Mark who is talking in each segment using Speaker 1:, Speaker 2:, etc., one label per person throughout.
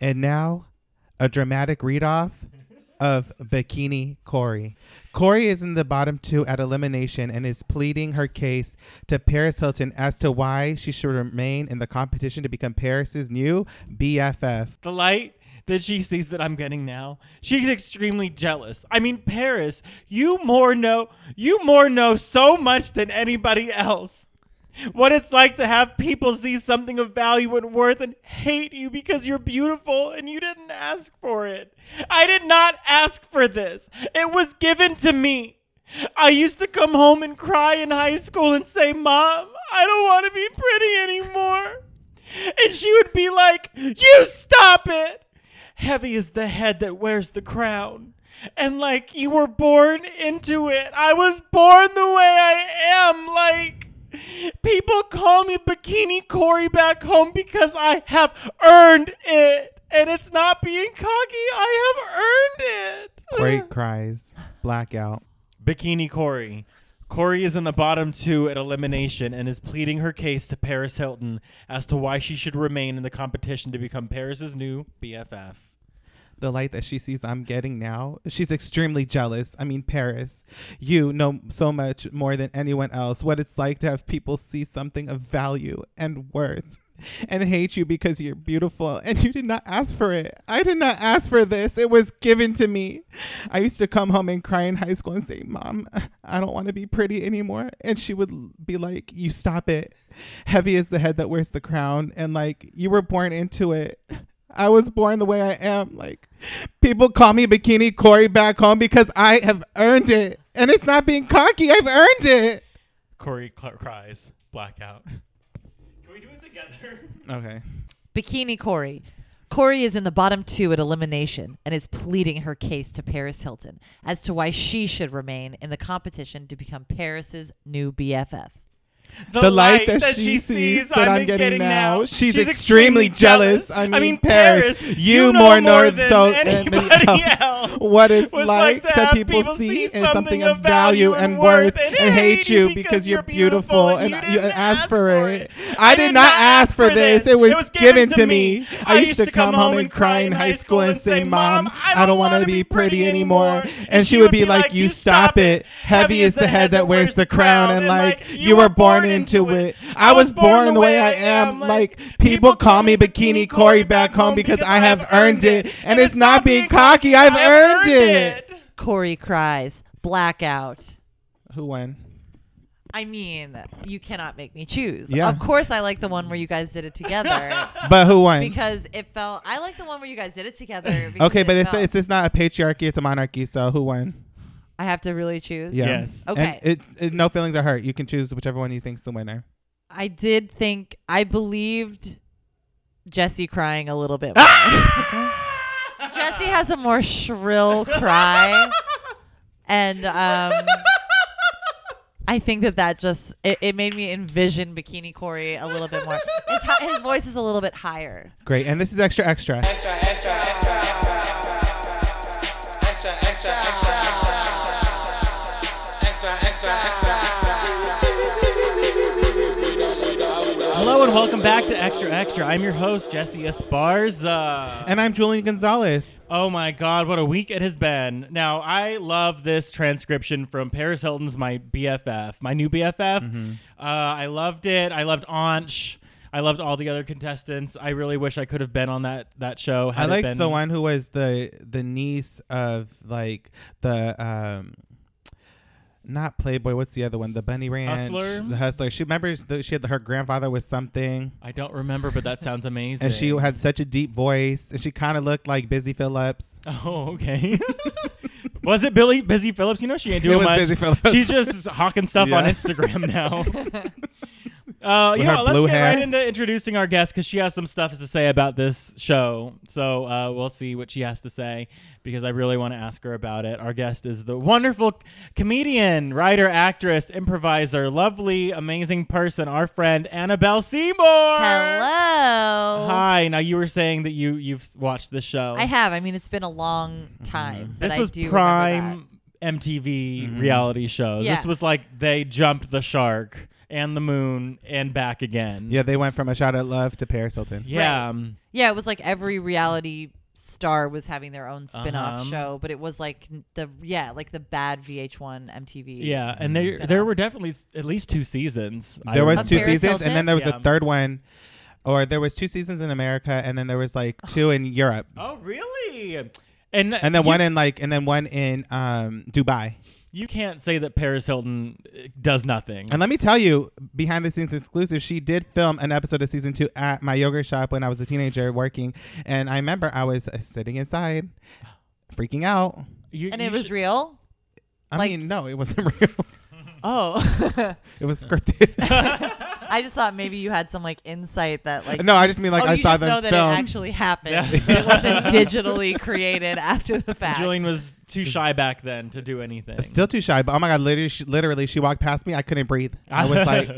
Speaker 1: And now, a dramatic readoff of Bikini Corey. Corey is in the bottom two at elimination and is pleading her case to Paris Hilton as to why she should remain in the competition to become Paris's new BFF.
Speaker 2: The light that she sees that I'm getting now. She's extremely jealous. I mean, Paris, you more know you more know so much than anybody else. What it's like to have people see something of value and worth and hate you because you're beautiful and you didn't ask for it. I did not ask for this. It was given to me. I used to come home and cry in high school and say, Mom, I don't want to be pretty anymore. And she would be like, You stop it! Heavy is the head that wears the crown. And like, you were born into it. I was born the way I am. Like, people call me Bikini Cory back home because I have earned it. And it's not being cocky, I have earned it.
Speaker 1: Corey cries, blackout.
Speaker 2: Bikini Corey. Corey is in the bottom two at elimination and is pleading her case to Paris Hilton as to why she should remain in the competition to become Paris's new BFF.
Speaker 1: The light that she sees I'm getting now, she's extremely jealous. I mean, Paris, you know so much more than anyone else what it's like to have people see something of value and worth and hate you because you're beautiful and you did not ask for it. I did not ask for this. It was given to me. I used to come home and cry in high school and say, Mom, I don't want to be pretty anymore. And she would l- be like, You stop it. Heavy is the head that wears the crown. And like, you were born into it. I was born the way I am. Like, people call me Bikini Corey back home because I have earned it. And it's not being cocky. I've earned it.
Speaker 2: Corey cl- cries, blackout. Can we do it together?
Speaker 1: Okay.
Speaker 3: Bikini Corey. Corey is in the bottom two at elimination and is pleading her case to Paris Hilton as to why she should remain in the competition to become Paris's new BFF.
Speaker 2: The,
Speaker 1: the light that, she sees that I'm getting, now. She's, extremely, jealous. I mean, Paris, you more know than so anybody else. What it's
Speaker 2: was
Speaker 1: like to people see in something of value and worth and hate you because you're beautiful and you
Speaker 2: didn't
Speaker 1: asked for it. I did not ask for this. It was given to me. I used to come home and cry in high school and say, Mom, I don't want to be pretty anymore. And she would be like, You stop it. Heavy is the head that wears the crown. And like, you were born into it. I was born the way I am. Like, people call me Bikini Corey back home because I have earned it. And it's not being cocky. I've earned it.
Speaker 3: Corey cries, blackout.
Speaker 1: Who won?
Speaker 3: I mean, you cannot make me choose.
Speaker 1: Yeah.
Speaker 3: Of course, I like the one where you guys did it together
Speaker 1: But who won?
Speaker 3: because it felt. I like the one where you guys did it together. because
Speaker 1: okay, but it's,
Speaker 3: felt-
Speaker 1: it's it's not a patriarchy; it's a monarchy. So who won?
Speaker 3: I have to really choose.
Speaker 1: Yeah.
Speaker 2: Yes.
Speaker 3: Okay.
Speaker 1: And it, it, no feelings are hurt. You can choose whichever one you think's the winner.
Speaker 3: I did think I believed Jesse crying a little bit. more. Jesse has a more shrill cry, and um, I think that that just it, it made me envision Bikini Corey a little bit more. His, hi- his voice is a little bit higher.
Speaker 1: Great. And this is extra extra.
Speaker 2: Hello and welcome back to Extra Extra. I'm your host, Jesse Esparza.
Speaker 1: And I'm Julian Gonzalez.
Speaker 2: Oh my God, what a week it has been. Now, I love this transcription from Paris Hilton's My BFF, my new BFF.
Speaker 1: Mm-hmm.
Speaker 2: Uh, I loved it. I loved Anch. I loved all the other contestants. I really wish I could have been on that, that show.
Speaker 1: I
Speaker 2: had it
Speaker 1: like
Speaker 2: been-
Speaker 1: the one who was the the niece of like the um. Not Playboy. What's the other one? The Bunny Ranch.
Speaker 2: Hustler?
Speaker 1: The Hustler. She remembers the, she had her grandfather was something,
Speaker 2: I don't remember, but that sounds amazing.
Speaker 1: and she had such a deep voice, and she kind of looked like Busy Phillips.
Speaker 2: Oh, okay. was it Billy Busy Phillips? You know she ain't
Speaker 1: It
Speaker 2: doing
Speaker 1: was
Speaker 2: much.
Speaker 1: Busy Phillips.
Speaker 2: She's just hawking stuff on
Speaker 1: Yeah.
Speaker 2: Instagram now. uh,
Speaker 1: With
Speaker 2: yeah,
Speaker 1: her
Speaker 2: let's
Speaker 1: blue
Speaker 2: get
Speaker 1: hair.
Speaker 2: right into introducing our guest because she has some stuff to say about this show. So uh, we'll see what she has to say because I really want to ask her about it. Our guest is the wonderful comedian, writer, actress, improviser, lovely, amazing person, our friend Annabelle Seymour.
Speaker 3: Hello.
Speaker 2: Hi. Now you were saying that you you've watched this show.
Speaker 3: I have. I mean, it's been a long time. But
Speaker 2: Mm-hmm. This
Speaker 3: I
Speaker 2: was
Speaker 3: do remember that.
Speaker 1: Mm-hmm.
Speaker 2: prime MTV reality show.
Speaker 3: Yeah.
Speaker 2: This was like they jumped the shark and the moon and back again.
Speaker 1: Yeah, they went from a shot at love to Paris Hilton.
Speaker 2: Yeah. um,
Speaker 3: Yeah, it was like every reality star was having their own spin-off
Speaker 2: Uh-huh.
Speaker 3: show, but it was like n- the yeah, like the bad VH1 MTV.
Speaker 2: Yeah, and there
Speaker 3: Spin-offs.
Speaker 2: there were definitely at least two seasons. I
Speaker 1: Mm-hmm. There was
Speaker 3: Of
Speaker 1: two
Speaker 3: Paris
Speaker 1: seasons, and
Speaker 3: Hilton?
Speaker 1: then there was
Speaker 2: Yeah.
Speaker 1: a third one, or there was two seasons in America, and then there was like two in Europe,
Speaker 2: Oh, really? And uh,
Speaker 1: and then
Speaker 2: you,
Speaker 1: one in like, and then one in um Dubai.
Speaker 2: you can't say that Paris Hilton uh, does nothing.
Speaker 1: Mm-hmm. And let me tell you, behind the scenes exclusive, she did film an episode of season two at my yogurt shop when I was a teenager working, and I remember I was uh, sitting inside, freaking out.
Speaker 2: You-
Speaker 3: And
Speaker 2: you
Speaker 3: it was
Speaker 2: should-
Speaker 3: real?
Speaker 1: I
Speaker 3: Like-
Speaker 1: mean, no, it wasn't real.
Speaker 3: Oh.
Speaker 1: It was scripted.
Speaker 3: I just thought maybe you had some like insight that like
Speaker 1: no, I just mean like
Speaker 3: oh,
Speaker 1: I
Speaker 3: you
Speaker 1: saw
Speaker 3: just
Speaker 1: them
Speaker 3: know that
Speaker 1: film.
Speaker 3: it actually happened.
Speaker 2: Yeah.
Speaker 3: it wasn't digitally created after the fact.
Speaker 2: Julian was too shy back then to do anything.
Speaker 1: Still too shy, but oh my god, literally she, literally, she walked past me. I couldn't breathe. I was like,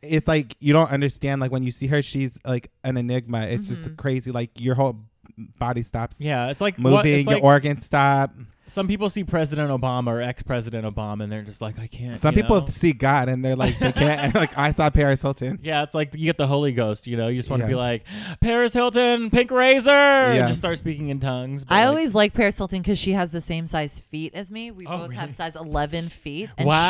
Speaker 1: it's like you don't understand. Like when you see her, she's like an enigma. It's
Speaker 3: Mm-hmm.
Speaker 1: just crazy. Like your whole body stops
Speaker 2: yeah, it's like
Speaker 1: moving,
Speaker 2: what, it's
Speaker 1: your
Speaker 2: like
Speaker 1: organs stop.
Speaker 2: some people see President Obama or ex-President Obama and they're just like, I can't.
Speaker 1: Some
Speaker 2: you
Speaker 1: people
Speaker 2: know?
Speaker 1: see God and they're like, they can't. like I saw Paris Hilton.
Speaker 2: Yeah, it's like you get the Holy Ghost, you know. You just want to
Speaker 1: Yeah.
Speaker 2: be like Paris Hilton, pink razor,
Speaker 1: Yeah.
Speaker 2: and just start speaking in tongues. but
Speaker 3: I
Speaker 2: like-
Speaker 3: always like Paris Hilton because she has the same size feet as me. We
Speaker 2: Oh,
Speaker 3: both have
Speaker 2: really?
Speaker 3: size 11 feet. And
Speaker 2: Wow.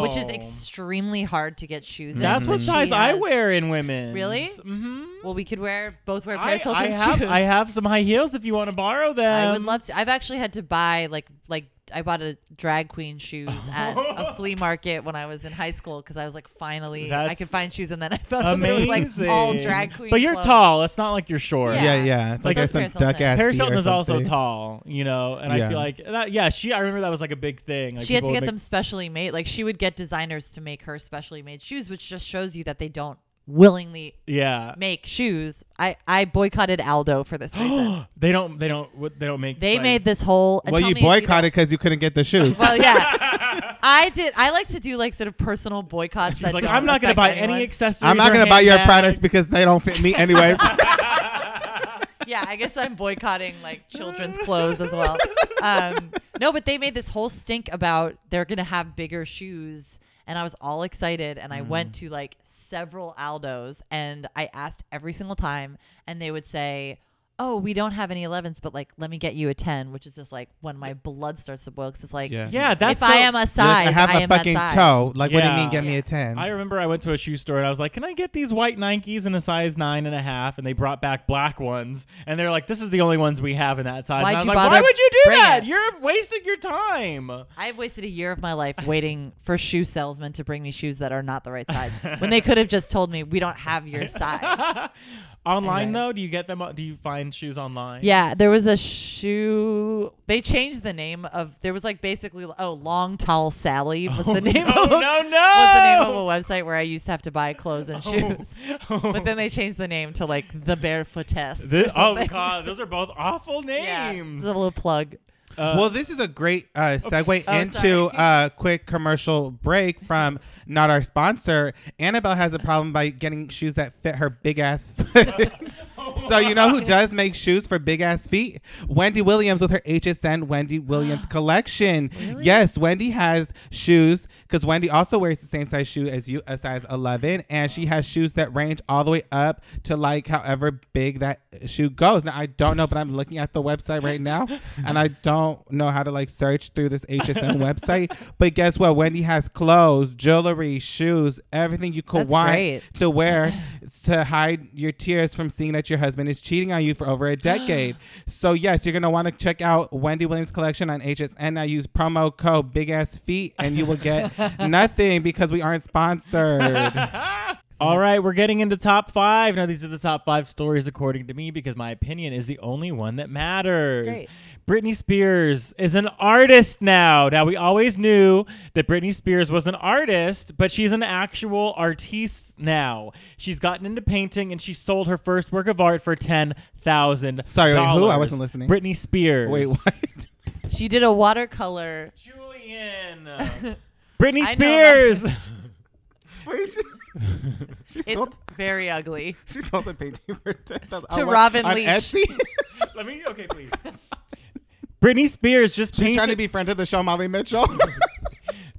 Speaker 3: She, which is extremely hard to get shoes
Speaker 1: Mm-hmm.
Speaker 3: in.
Speaker 2: that's what
Speaker 3: She
Speaker 2: size I
Speaker 3: has-
Speaker 2: wear in women.
Speaker 3: Really?
Speaker 2: Mm-hmm.
Speaker 3: Well, we could wear both wear
Speaker 2: I,
Speaker 3: Paris
Speaker 2: I
Speaker 3: Hilton
Speaker 2: have
Speaker 3: shoes.
Speaker 2: I have some high heels if you want to borrow them.
Speaker 3: I would love to. I've actually had to buy like like I bought a drag queen shoes at a flea market when I was in high school because I was like, finally, I
Speaker 2: That's
Speaker 3: could find shoes, and then I found out that
Speaker 2: Amazing.
Speaker 3: it was like all drag queen.
Speaker 2: But you're
Speaker 3: clothes.
Speaker 2: tall. It's not like you're short.
Speaker 1: Yeah, yeah.
Speaker 3: Yeah.
Speaker 1: It's
Speaker 3: So
Speaker 1: like there's some
Speaker 3: it's Paris Hilton.
Speaker 1: duck ass.
Speaker 2: Paris
Speaker 1: feet or
Speaker 2: Hilton is also
Speaker 1: something.
Speaker 2: tall, you know, and
Speaker 1: Yeah.
Speaker 2: I feel like that. Yeah, she. I remember that was like a big thing. Like
Speaker 3: she had to
Speaker 2: people
Speaker 3: get
Speaker 2: would
Speaker 3: them specially made. Like she would get designers to make her specially made shoes, which just shows you that they don't willingly
Speaker 2: make- Yeah,
Speaker 3: make shoes. I I boycotted Aldo for this reason.
Speaker 2: they don't. They don't. what- They don't make.
Speaker 3: they
Speaker 2: size-
Speaker 3: made this whole. and
Speaker 1: Well,
Speaker 3: tell
Speaker 1: you
Speaker 3: me if don't-
Speaker 1: boycotted because you couldn't get the shoes.
Speaker 3: Well, yeah, I did. I like to do like sort of personal boycotts.
Speaker 2: She's
Speaker 3: that
Speaker 2: like,
Speaker 3: don't
Speaker 2: I'm not gonna
Speaker 3: affect
Speaker 2: buy
Speaker 3: anyone."
Speaker 2: any accessories.
Speaker 1: I'm not
Speaker 2: or
Speaker 1: gonna buy your
Speaker 2: handbag.
Speaker 1: products because they don't fit me anyways.
Speaker 3: yeah, I guess I'm boycotting like children's clothes as well. Um, no, but they made this whole stink about they're gonna have bigger shoes, and I was all excited, and
Speaker 2: Mm.
Speaker 3: I went to like several Aldos, and I asked every single time, and they would say. Oh, we don't have any 11s, but like, let me get you a 10, which is just like when my blood starts to boil because it's like,
Speaker 1: Yeah.
Speaker 2: Yeah, that's.
Speaker 3: if I
Speaker 2: so-
Speaker 3: am a
Speaker 1: You're like,
Speaker 3: size,
Speaker 1: I have a
Speaker 3: am that
Speaker 1: fucking
Speaker 3: size.
Speaker 1: toe. Like, what do you mean?
Speaker 2: Yeah.
Speaker 1: Give me a
Speaker 3: Yeah.
Speaker 1: ten.
Speaker 2: I remember I went to a shoe store and I was like, "Can I get these white Nikes in a size nine and a half?" And they brought back black ones, and they're like, "This is the only ones we have in that size."
Speaker 3: Why'd
Speaker 2: and I was
Speaker 3: you
Speaker 2: like,
Speaker 3: bother
Speaker 2: "Why would you do
Speaker 3: bringing
Speaker 2: that?
Speaker 3: it?"
Speaker 2: You're wasting your time."
Speaker 3: I've wasted a year of my life waiting for shoe salesmen to bring me shoes that are not the right size when they could have just told me we don't have your size.
Speaker 2: online
Speaker 3: Anyway.
Speaker 2: though, do you get them? Do you find shoes online?
Speaker 3: Yeah, there was a shoe. They changed the name of. There was like basically oh, long tall Sally was the name
Speaker 2: Oh
Speaker 3: of.
Speaker 2: no, no!
Speaker 3: Was the name of a website where I used to have to buy clothes and shoes,
Speaker 2: Oh.
Speaker 3: but then they changed the name to like the Barefootess. or
Speaker 2: This, oh
Speaker 3: something.
Speaker 2: god, those are both awful
Speaker 3: yeah,
Speaker 2: names.
Speaker 3: it's a little plug.
Speaker 2: Uh,
Speaker 1: well, this is a great uh, segue
Speaker 3: Oh,
Speaker 1: into a uh, quick commercial break from not our sponsor. Annabelle has a problem by getting shoes that fit her big ass foot. so you know who does make shoes for big ass feet? Wendy Williams with her HSN Wendy Williams collection. Yes, Wendy has shoes because Wendy also wears the same size shoe as you, a size 11, and she has shoes that range all the way up to like however big that shoe goes. Now I don't know, but I'm looking at the website right now, and I don't know how to like search through this HSN website. But guess what? Wendy has clothes, jewelry, shoes, everything you could
Speaker 3: That's
Speaker 1: want
Speaker 3: great.
Speaker 1: to wear to hide your tears from seeing that your husband is cheating on you for over a decade. so yes, you're gonna want to check out Wendy Williams collection on HSN. Now use promo code Big Ass Feet and you will get nothing because we aren't sponsored.
Speaker 2: all right, we're getting into top five. Now, these are the top five stories according to me because my opinion is the only one that matters.
Speaker 3: Great.
Speaker 2: Britney Spears is an artist now. Now, we always knew that Britney Spears was an artist, but she's an actual artiste now. She's gotten into painting and she sold her first work of art for $10,000.
Speaker 1: Sorry, wait, who? I wasn't listening.
Speaker 2: Britney Spears.
Speaker 1: Wait, what?
Speaker 3: She did a watercolor.
Speaker 2: Julian. Britney
Speaker 3: I know
Speaker 2: Spears.
Speaker 1: Wait, she, she
Speaker 3: It's very ugly.
Speaker 1: she sold the painting for ten thousand Oh,
Speaker 3: To Robin Leach.
Speaker 2: Let me. Okay, please. Britney Spears just
Speaker 1: She's
Speaker 2: painted.
Speaker 1: trying to be friend of the show, Molly Mitchell.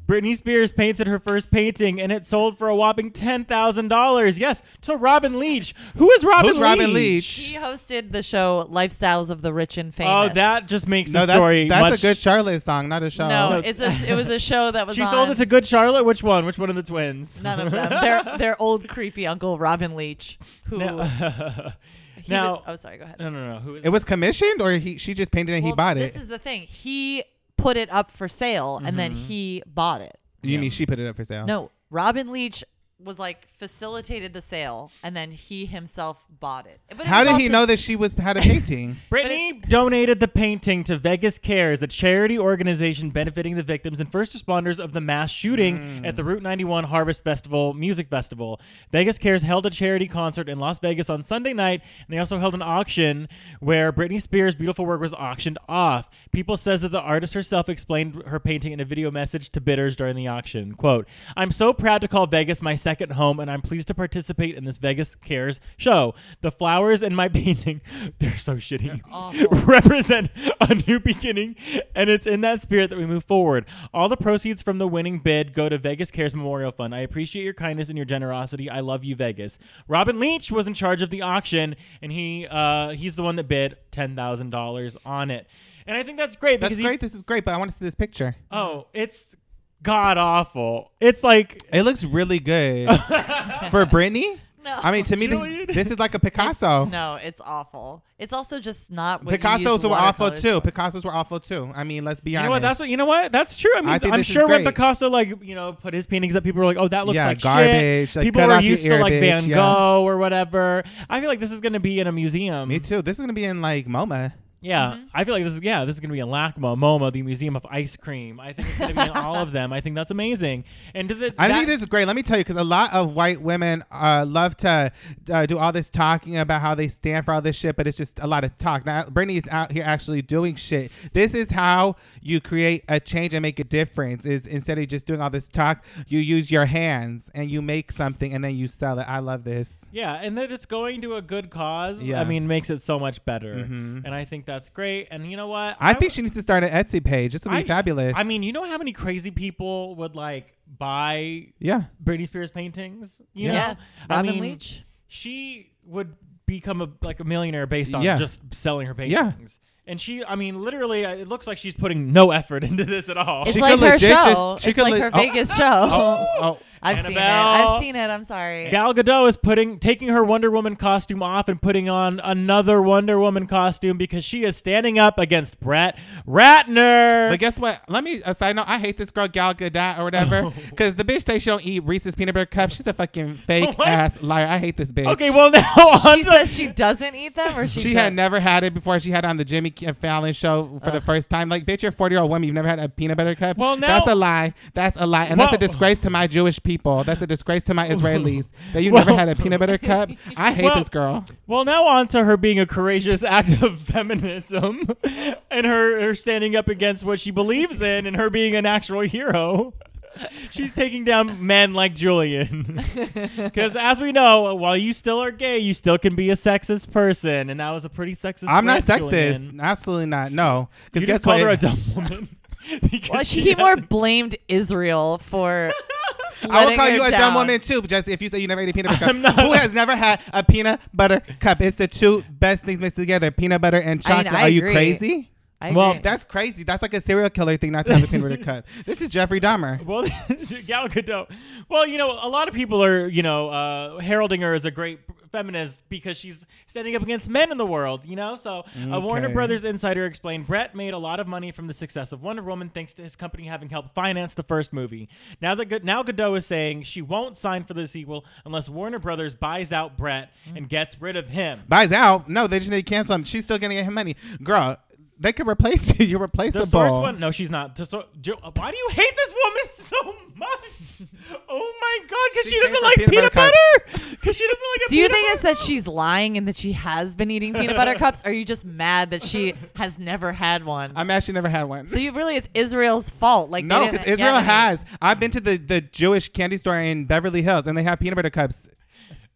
Speaker 2: Britney Spears painted her first painting and it sold for a whopping $10,000. Yes, to Robin Leach. Who is Robin
Speaker 1: Who's
Speaker 2: Leach?
Speaker 1: Robin Leach?
Speaker 3: She hosted the show Lifestyles of the Rich and
Speaker 2: Oh,
Speaker 3: Famous.
Speaker 2: that just makes
Speaker 1: No,
Speaker 2: the
Speaker 1: that's,
Speaker 2: story
Speaker 1: that's
Speaker 2: much
Speaker 1: a good Charlotte song, not a show.
Speaker 3: No, it's a, it was a show that was
Speaker 2: She
Speaker 3: on.
Speaker 2: sold it to Good Charlotte. Which one? Which one of the twins?
Speaker 3: none of them. Their their old creepy uncle Robin Leach, who
Speaker 2: No. now,
Speaker 3: he
Speaker 2: now
Speaker 3: did- oh sorry, go ahead.
Speaker 2: no, no, no. Who is
Speaker 1: It was commissioned, or he she just painted and he
Speaker 3: Well,
Speaker 1: bought
Speaker 3: this
Speaker 1: it.
Speaker 3: is the thing. He put it up for sale and then
Speaker 2: Mm-hmm.
Speaker 3: he bought it.
Speaker 1: you
Speaker 2: Yeah.
Speaker 1: mean she put it up for sale?
Speaker 3: No, Robin Leach was like facilitated the sale and then he himself bought it. But it
Speaker 1: How did
Speaker 3: was
Speaker 1: he
Speaker 3: also-
Speaker 1: know that she was had a painting?
Speaker 2: Brittany donated the painting to Vegas Cares, a charity organization benefiting the victims and first responders of the mass shooting at the Route 91 Harvest Festival Music Festival. Vegas Cares held a charity concert in Las Vegas on Sunday night, and they also held an auction where Britney Spears' beautiful work was auctioned off. People says that the artist herself explained her painting in a video message to bidders during the auction. Quote, I'm so proud to call Vegas my second home, and I'm pleased to participate in this Vegas Cares show. The flowers in my painting, they're so shitty,
Speaker 3: Awful.
Speaker 2: represent a new beginning, and it's in that spirit that we move forward. All the proceeds from the winning bid go to Vegas Cares Memorial Fund. I appreciate your kindness and your generosity. I love you, Vegas. Robin Leach was in charge of the auction, and he uh, he's the one that bid ten thousand dollars on it. And I think that's great
Speaker 1: That's
Speaker 2: because he-
Speaker 1: great. this is great, but I want to see this picture.
Speaker 2: oh, it's god awful. It's like
Speaker 1: It looks really good for Britney.
Speaker 3: No.
Speaker 1: I mean, to me,
Speaker 2: Julian.
Speaker 1: this, this is like a Picasso.
Speaker 3: No, it's awful. It's also just not what you use
Speaker 1: Picassos were awful
Speaker 3: watercolors
Speaker 1: too.
Speaker 3: for.
Speaker 1: Picassos were awful too. I mean, let's be
Speaker 2: You
Speaker 1: honest.
Speaker 2: know what? That's what you know. What that's true. I mean,
Speaker 1: I think
Speaker 2: I'm
Speaker 1: this is
Speaker 2: sure when
Speaker 1: great.
Speaker 2: Picasso like you know put his paintings up, people were like, "Oh, that looks
Speaker 1: Yeah,
Speaker 2: like
Speaker 1: garbage,
Speaker 2: Shit.
Speaker 1: like,
Speaker 2: people
Speaker 1: cut
Speaker 2: were
Speaker 1: off your
Speaker 2: used to
Speaker 1: ear,
Speaker 2: like Van
Speaker 1: bitch, yeah.
Speaker 2: Gogh or whatever. I feel like this is gonna be in a museum.
Speaker 1: me too. This is gonna be in like MoMA.
Speaker 2: Yeah, I feel like this is yeah, this is gonna be in LACMA, MoMA, the Museum of Ice Cream. I think it's gonna be in all of them. I think that's amazing. And to the
Speaker 1: I
Speaker 2: that,
Speaker 1: think this is great. Let me tell you, because a lot of white women uh, love to uh, do all this talking about how they stand for all this shit, but it's just a lot of talk. Now, Brittany is out here actually doing shit. This is how you create a change and make a difference. Is instead of just doing all this talk, you use your hands and you make something and then you sell it. I love this.
Speaker 2: yeah, and that it's going to a good cause.
Speaker 1: Yeah. Mm-hmm.
Speaker 2: I mean, makes it so much better. And I think that's great. And you know what?
Speaker 1: I, think
Speaker 2: w-
Speaker 1: she needs to start an Etsy page. This would be
Speaker 2: I-
Speaker 1: fabulous.
Speaker 2: I mean, you know how many crazy people would like buy
Speaker 1: yeah.
Speaker 2: Britney Spears paintings. You
Speaker 1: Yeah.
Speaker 2: know,
Speaker 3: Yeah,
Speaker 2: I
Speaker 3: Robin
Speaker 2: mean,
Speaker 3: Leach.
Speaker 2: She would become a like a millionaire based on
Speaker 1: Yeah.
Speaker 2: just selling her
Speaker 1: Yeah.
Speaker 2: paintings. And she, I mean, literally, uh, it looks like she's putting no effort into this at all.
Speaker 1: Oh,
Speaker 3: It's
Speaker 1: She
Speaker 3: like
Speaker 1: could
Speaker 3: her
Speaker 1: legit just-
Speaker 3: show.
Speaker 1: she
Speaker 3: it's
Speaker 1: could
Speaker 3: like
Speaker 1: le-
Speaker 3: her
Speaker 1: oh.
Speaker 3: Vegas show.
Speaker 1: Oh,
Speaker 3: I've seen it.
Speaker 2: Annabelle.
Speaker 3: I've seen it. I'm sorry.
Speaker 2: Gal Gadot is putting taking her Wonder Woman costume off and putting on another Wonder Woman costume because she is standing up against Brett Ratner.
Speaker 1: But guess what? Let me a side note. I hate this girl Gal Gadot or
Speaker 2: Oh.
Speaker 1: whatever because the bitch says she don't eat Reese's peanut butter cups. She's a fucking fake
Speaker 2: What?
Speaker 1: ass liar. I hate this bitch.
Speaker 2: okay, well now on
Speaker 3: she
Speaker 2: to-
Speaker 3: says she doesn't eat them, or she
Speaker 1: she
Speaker 3: does?
Speaker 1: had never had it before. She had it on the Jimmy K- Fallon show for the first time. Like, bitch, you're a 40 year old woman. You've never had a peanut butter cup.
Speaker 2: Well, now-
Speaker 1: that's a lie. That's a lie, and
Speaker 2: Well-
Speaker 1: that's a disgrace to my Jewish people. That's a disgrace to my Israelis that you
Speaker 2: Well-
Speaker 1: never had a peanut butter cup. I hate
Speaker 2: Well-
Speaker 1: this girl.
Speaker 2: Well, now on to her being a courageous act of feminism and her, her standing up against what she believes in and her being an actual hero. She's taking down men like Julian. Because as we know, while you still are gay, you still can be a sexist person. And that was a pretty sexist
Speaker 1: I'm not
Speaker 2: threat,
Speaker 1: sexist.
Speaker 2: Julian.
Speaker 1: Absolutely not. No,
Speaker 2: You
Speaker 1: because guess
Speaker 2: just called
Speaker 1: what?
Speaker 2: her a dumb woman. because
Speaker 3: Well, she, he more blamed Israel for.
Speaker 1: I will
Speaker 3: letting
Speaker 1: call
Speaker 3: her
Speaker 1: you a dumb
Speaker 3: down.
Speaker 1: woman too, Jesse. If you say you never ate a peanut butter
Speaker 2: I'm
Speaker 1: cup,
Speaker 2: not-
Speaker 1: who has never had a peanut butter cup? It's the two best things mixed together: peanut butter and
Speaker 3: I mean,
Speaker 1: chocolate.
Speaker 3: I
Speaker 1: Are you
Speaker 3: agree.
Speaker 1: crazy?
Speaker 3: I
Speaker 2: Well,
Speaker 3: agree.
Speaker 1: That's crazy. That's like a serial killer thing not to have a peanut butter cup. This is Jeffrey Dahmer.
Speaker 2: Well, Gal Gadot. Well, you know, a lot of people are, you know, uh, heralding her as a great feminist because she's standing up against men in the world, you know? So, a Warner
Speaker 1: Okay.
Speaker 2: Brothers insider explained Brett made a lot of money from the success of Wonder Woman thanks to his company having helped finance the first movie. Now that Ga- now Gadot is saying she won't sign for the sequel unless Warner Brothers buys out Brett and gets rid of him.
Speaker 1: Buys out. No, they just need to cancel him. She's still gonna get him money, girl. They could replace you. You're
Speaker 2: The
Speaker 1: replaceable.
Speaker 2: source one? No, she's not. The sor- Jo- why do you hate this woman so much? Oh my god, because
Speaker 1: She came
Speaker 2: she, doesn't
Speaker 1: from
Speaker 2: like
Speaker 1: peanut
Speaker 2: peanut
Speaker 1: butter
Speaker 2: butter. Because she doesn't like. A
Speaker 3: Do you
Speaker 2: peanut
Speaker 3: think it's
Speaker 2: butter
Speaker 3: that she's lying and that she has been eating peanut butter cups? Or are you just mad that she has never had one?
Speaker 1: I'm actually never had one.
Speaker 3: so you really, it's Israel's fault. Like they
Speaker 1: No,
Speaker 3: didn't
Speaker 1: because
Speaker 3: get
Speaker 1: Israel
Speaker 3: any.
Speaker 1: has. I've been to the, the Jewish candy store in Beverly Hills, and they have peanut butter cups.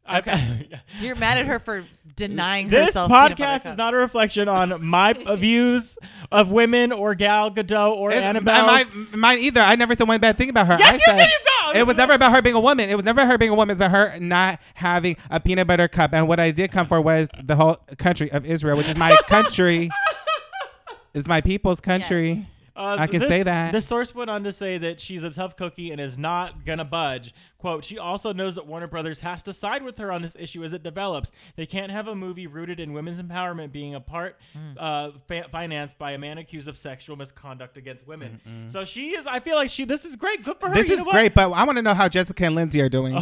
Speaker 2: Okay.
Speaker 3: So you're mad at her for denying
Speaker 2: This
Speaker 3: herself. peanut butter
Speaker 2: podcast
Speaker 3: cups.
Speaker 2: is not a reflection on my views of women or Gal Gadot or
Speaker 1: It's-
Speaker 2: Annabelle.
Speaker 1: Am I, mine either. I never said one bad thing about her.
Speaker 2: Yes,
Speaker 1: I
Speaker 2: you
Speaker 1: said,
Speaker 2: did, you go.
Speaker 1: It was never about her being a woman. It was never her being a woman. It's about her not having a peanut butter cup. And what I did come for was the whole country of Israel, which is my country. it's my people's country.
Speaker 3: Yes.
Speaker 2: Uh,
Speaker 1: I can
Speaker 2: this-
Speaker 1: say that.
Speaker 2: This source went on to say that she's a tough cookie and is not going to budge. Quote, she also knows that Warner Brothers has to side with her on this issue as it develops. They can't have a movie rooted in women's empowerment being a part uh, fa- financed by a man accused of sexual misconduct against women. So she is, I feel like she, this is great. Good for her.
Speaker 1: This
Speaker 2: You
Speaker 1: is
Speaker 2: know what? Oh.
Speaker 1: great, but I want to know how Jessica and Lindsay are doing.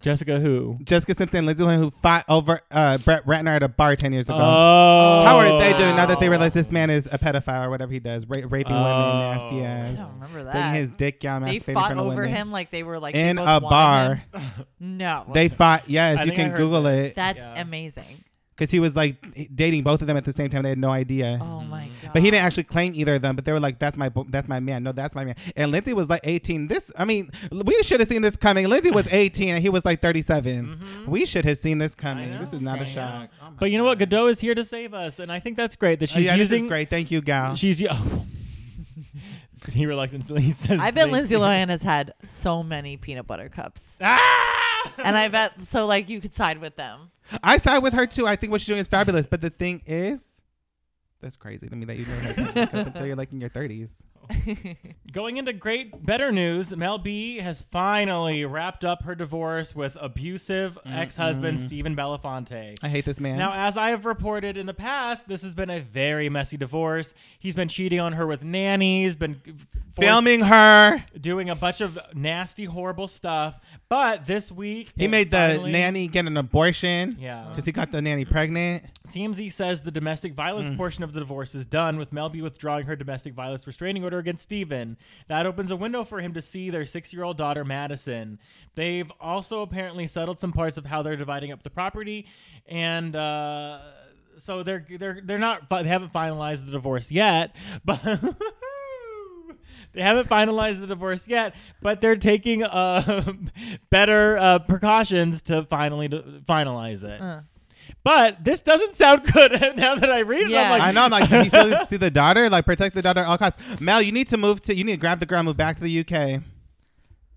Speaker 2: Jessica who?
Speaker 1: Jessica Simpson and Lindsay Lohan, who fought over uh, Brett Ratner at a bar 10 years ago.
Speaker 2: Oh.
Speaker 1: How are they doing now that they realize this man is a pedophile or whatever he does, ra- raping
Speaker 2: Oh.
Speaker 1: women, nasty ass,
Speaker 3: I don't remember
Speaker 1: taking
Speaker 3: that.
Speaker 1: his dick down,
Speaker 3: they
Speaker 1: masturbating in
Speaker 3: fought
Speaker 1: front of
Speaker 3: over
Speaker 1: women.
Speaker 3: him like they were like they
Speaker 1: in
Speaker 3: both
Speaker 1: a
Speaker 3: wanted
Speaker 1: bar.
Speaker 3: him. No,
Speaker 1: They fought. Yes,
Speaker 2: I
Speaker 1: you
Speaker 2: think I
Speaker 1: can
Speaker 2: heard
Speaker 1: Google
Speaker 2: this.
Speaker 1: it. 'Cause it
Speaker 3: that's
Speaker 2: Yeah.
Speaker 3: amazing.
Speaker 1: because he was like dating both of them at the same time. They had no idea.
Speaker 3: Oh
Speaker 2: Mm-hmm.
Speaker 3: my god!
Speaker 1: But he didn't actually claim either of them. But they were like, "That's my, bo- that's my man. No, that's my man." And Lindsay was like 18. This, I mean, l- we should have seen this coming. Lindsay was 18 and he was like 37. We should have seen this coming.
Speaker 2: Mm-hmm. know.
Speaker 1: This is not a
Speaker 3: Same.
Speaker 1: shock. Oh my
Speaker 2: But you know what?
Speaker 1: God.
Speaker 2: Godot is here to save us, and I think that's great that
Speaker 1: Oh,
Speaker 2: she's
Speaker 1: yeah, this
Speaker 2: using.
Speaker 1: is great. Thank you, Gal.
Speaker 2: She's oh. he reluctantly says.
Speaker 3: I bet
Speaker 2: thank
Speaker 3: Lindsay
Speaker 2: you.
Speaker 3: Lohan has had so many peanut butter cups,
Speaker 2: Ah!
Speaker 3: and I bet so like you could side with them.
Speaker 1: I side with her too. I think what she's doing is fabulous. But the thing is, that's crazy to me that you don't have makeup until you're like in your 30s.
Speaker 2: Going into great, better news, Mel B has finally wrapped up her divorce with abusive
Speaker 1: Mm-hmm.
Speaker 2: ex-husband Stephen Belafonte.
Speaker 1: I hate this man.
Speaker 2: Now, as I have reported in the past, this has been a very messy divorce. He's been cheating on her with nannies, been forced-
Speaker 1: Filming her.
Speaker 2: doing a bunch of nasty, horrible stuff. But this week,
Speaker 1: He
Speaker 2: it
Speaker 1: made the
Speaker 2: finally-
Speaker 1: nanny get an abortion.
Speaker 2: Yeah.
Speaker 1: Because he got the nanny pregnant.
Speaker 2: TMZ says the domestic violence portion of the divorce is done, with Mel B withdrawing her domestic violence restraining order against Steven. That opens a window for him to see their six year old daughter, Madison. They've also apparently settled some parts of how they're dividing up the property, and. Uh, so they're they're they're not they haven't finalized the divorce yet, but they haven't finalized the divorce yet. But they're taking uh, better uh, precautions to finally finalize it.
Speaker 3: Uh.
Speaker 2: But this doesn't sound good now that I read it. I'm
Speaker 3: Yeah.
Speaker 2: like,
Speaker 1: I know. I'm like, you still see the daughter? Like, protect the daughter at all costs. Mel, you need to move to, you need to grab the girl and move back to the UK.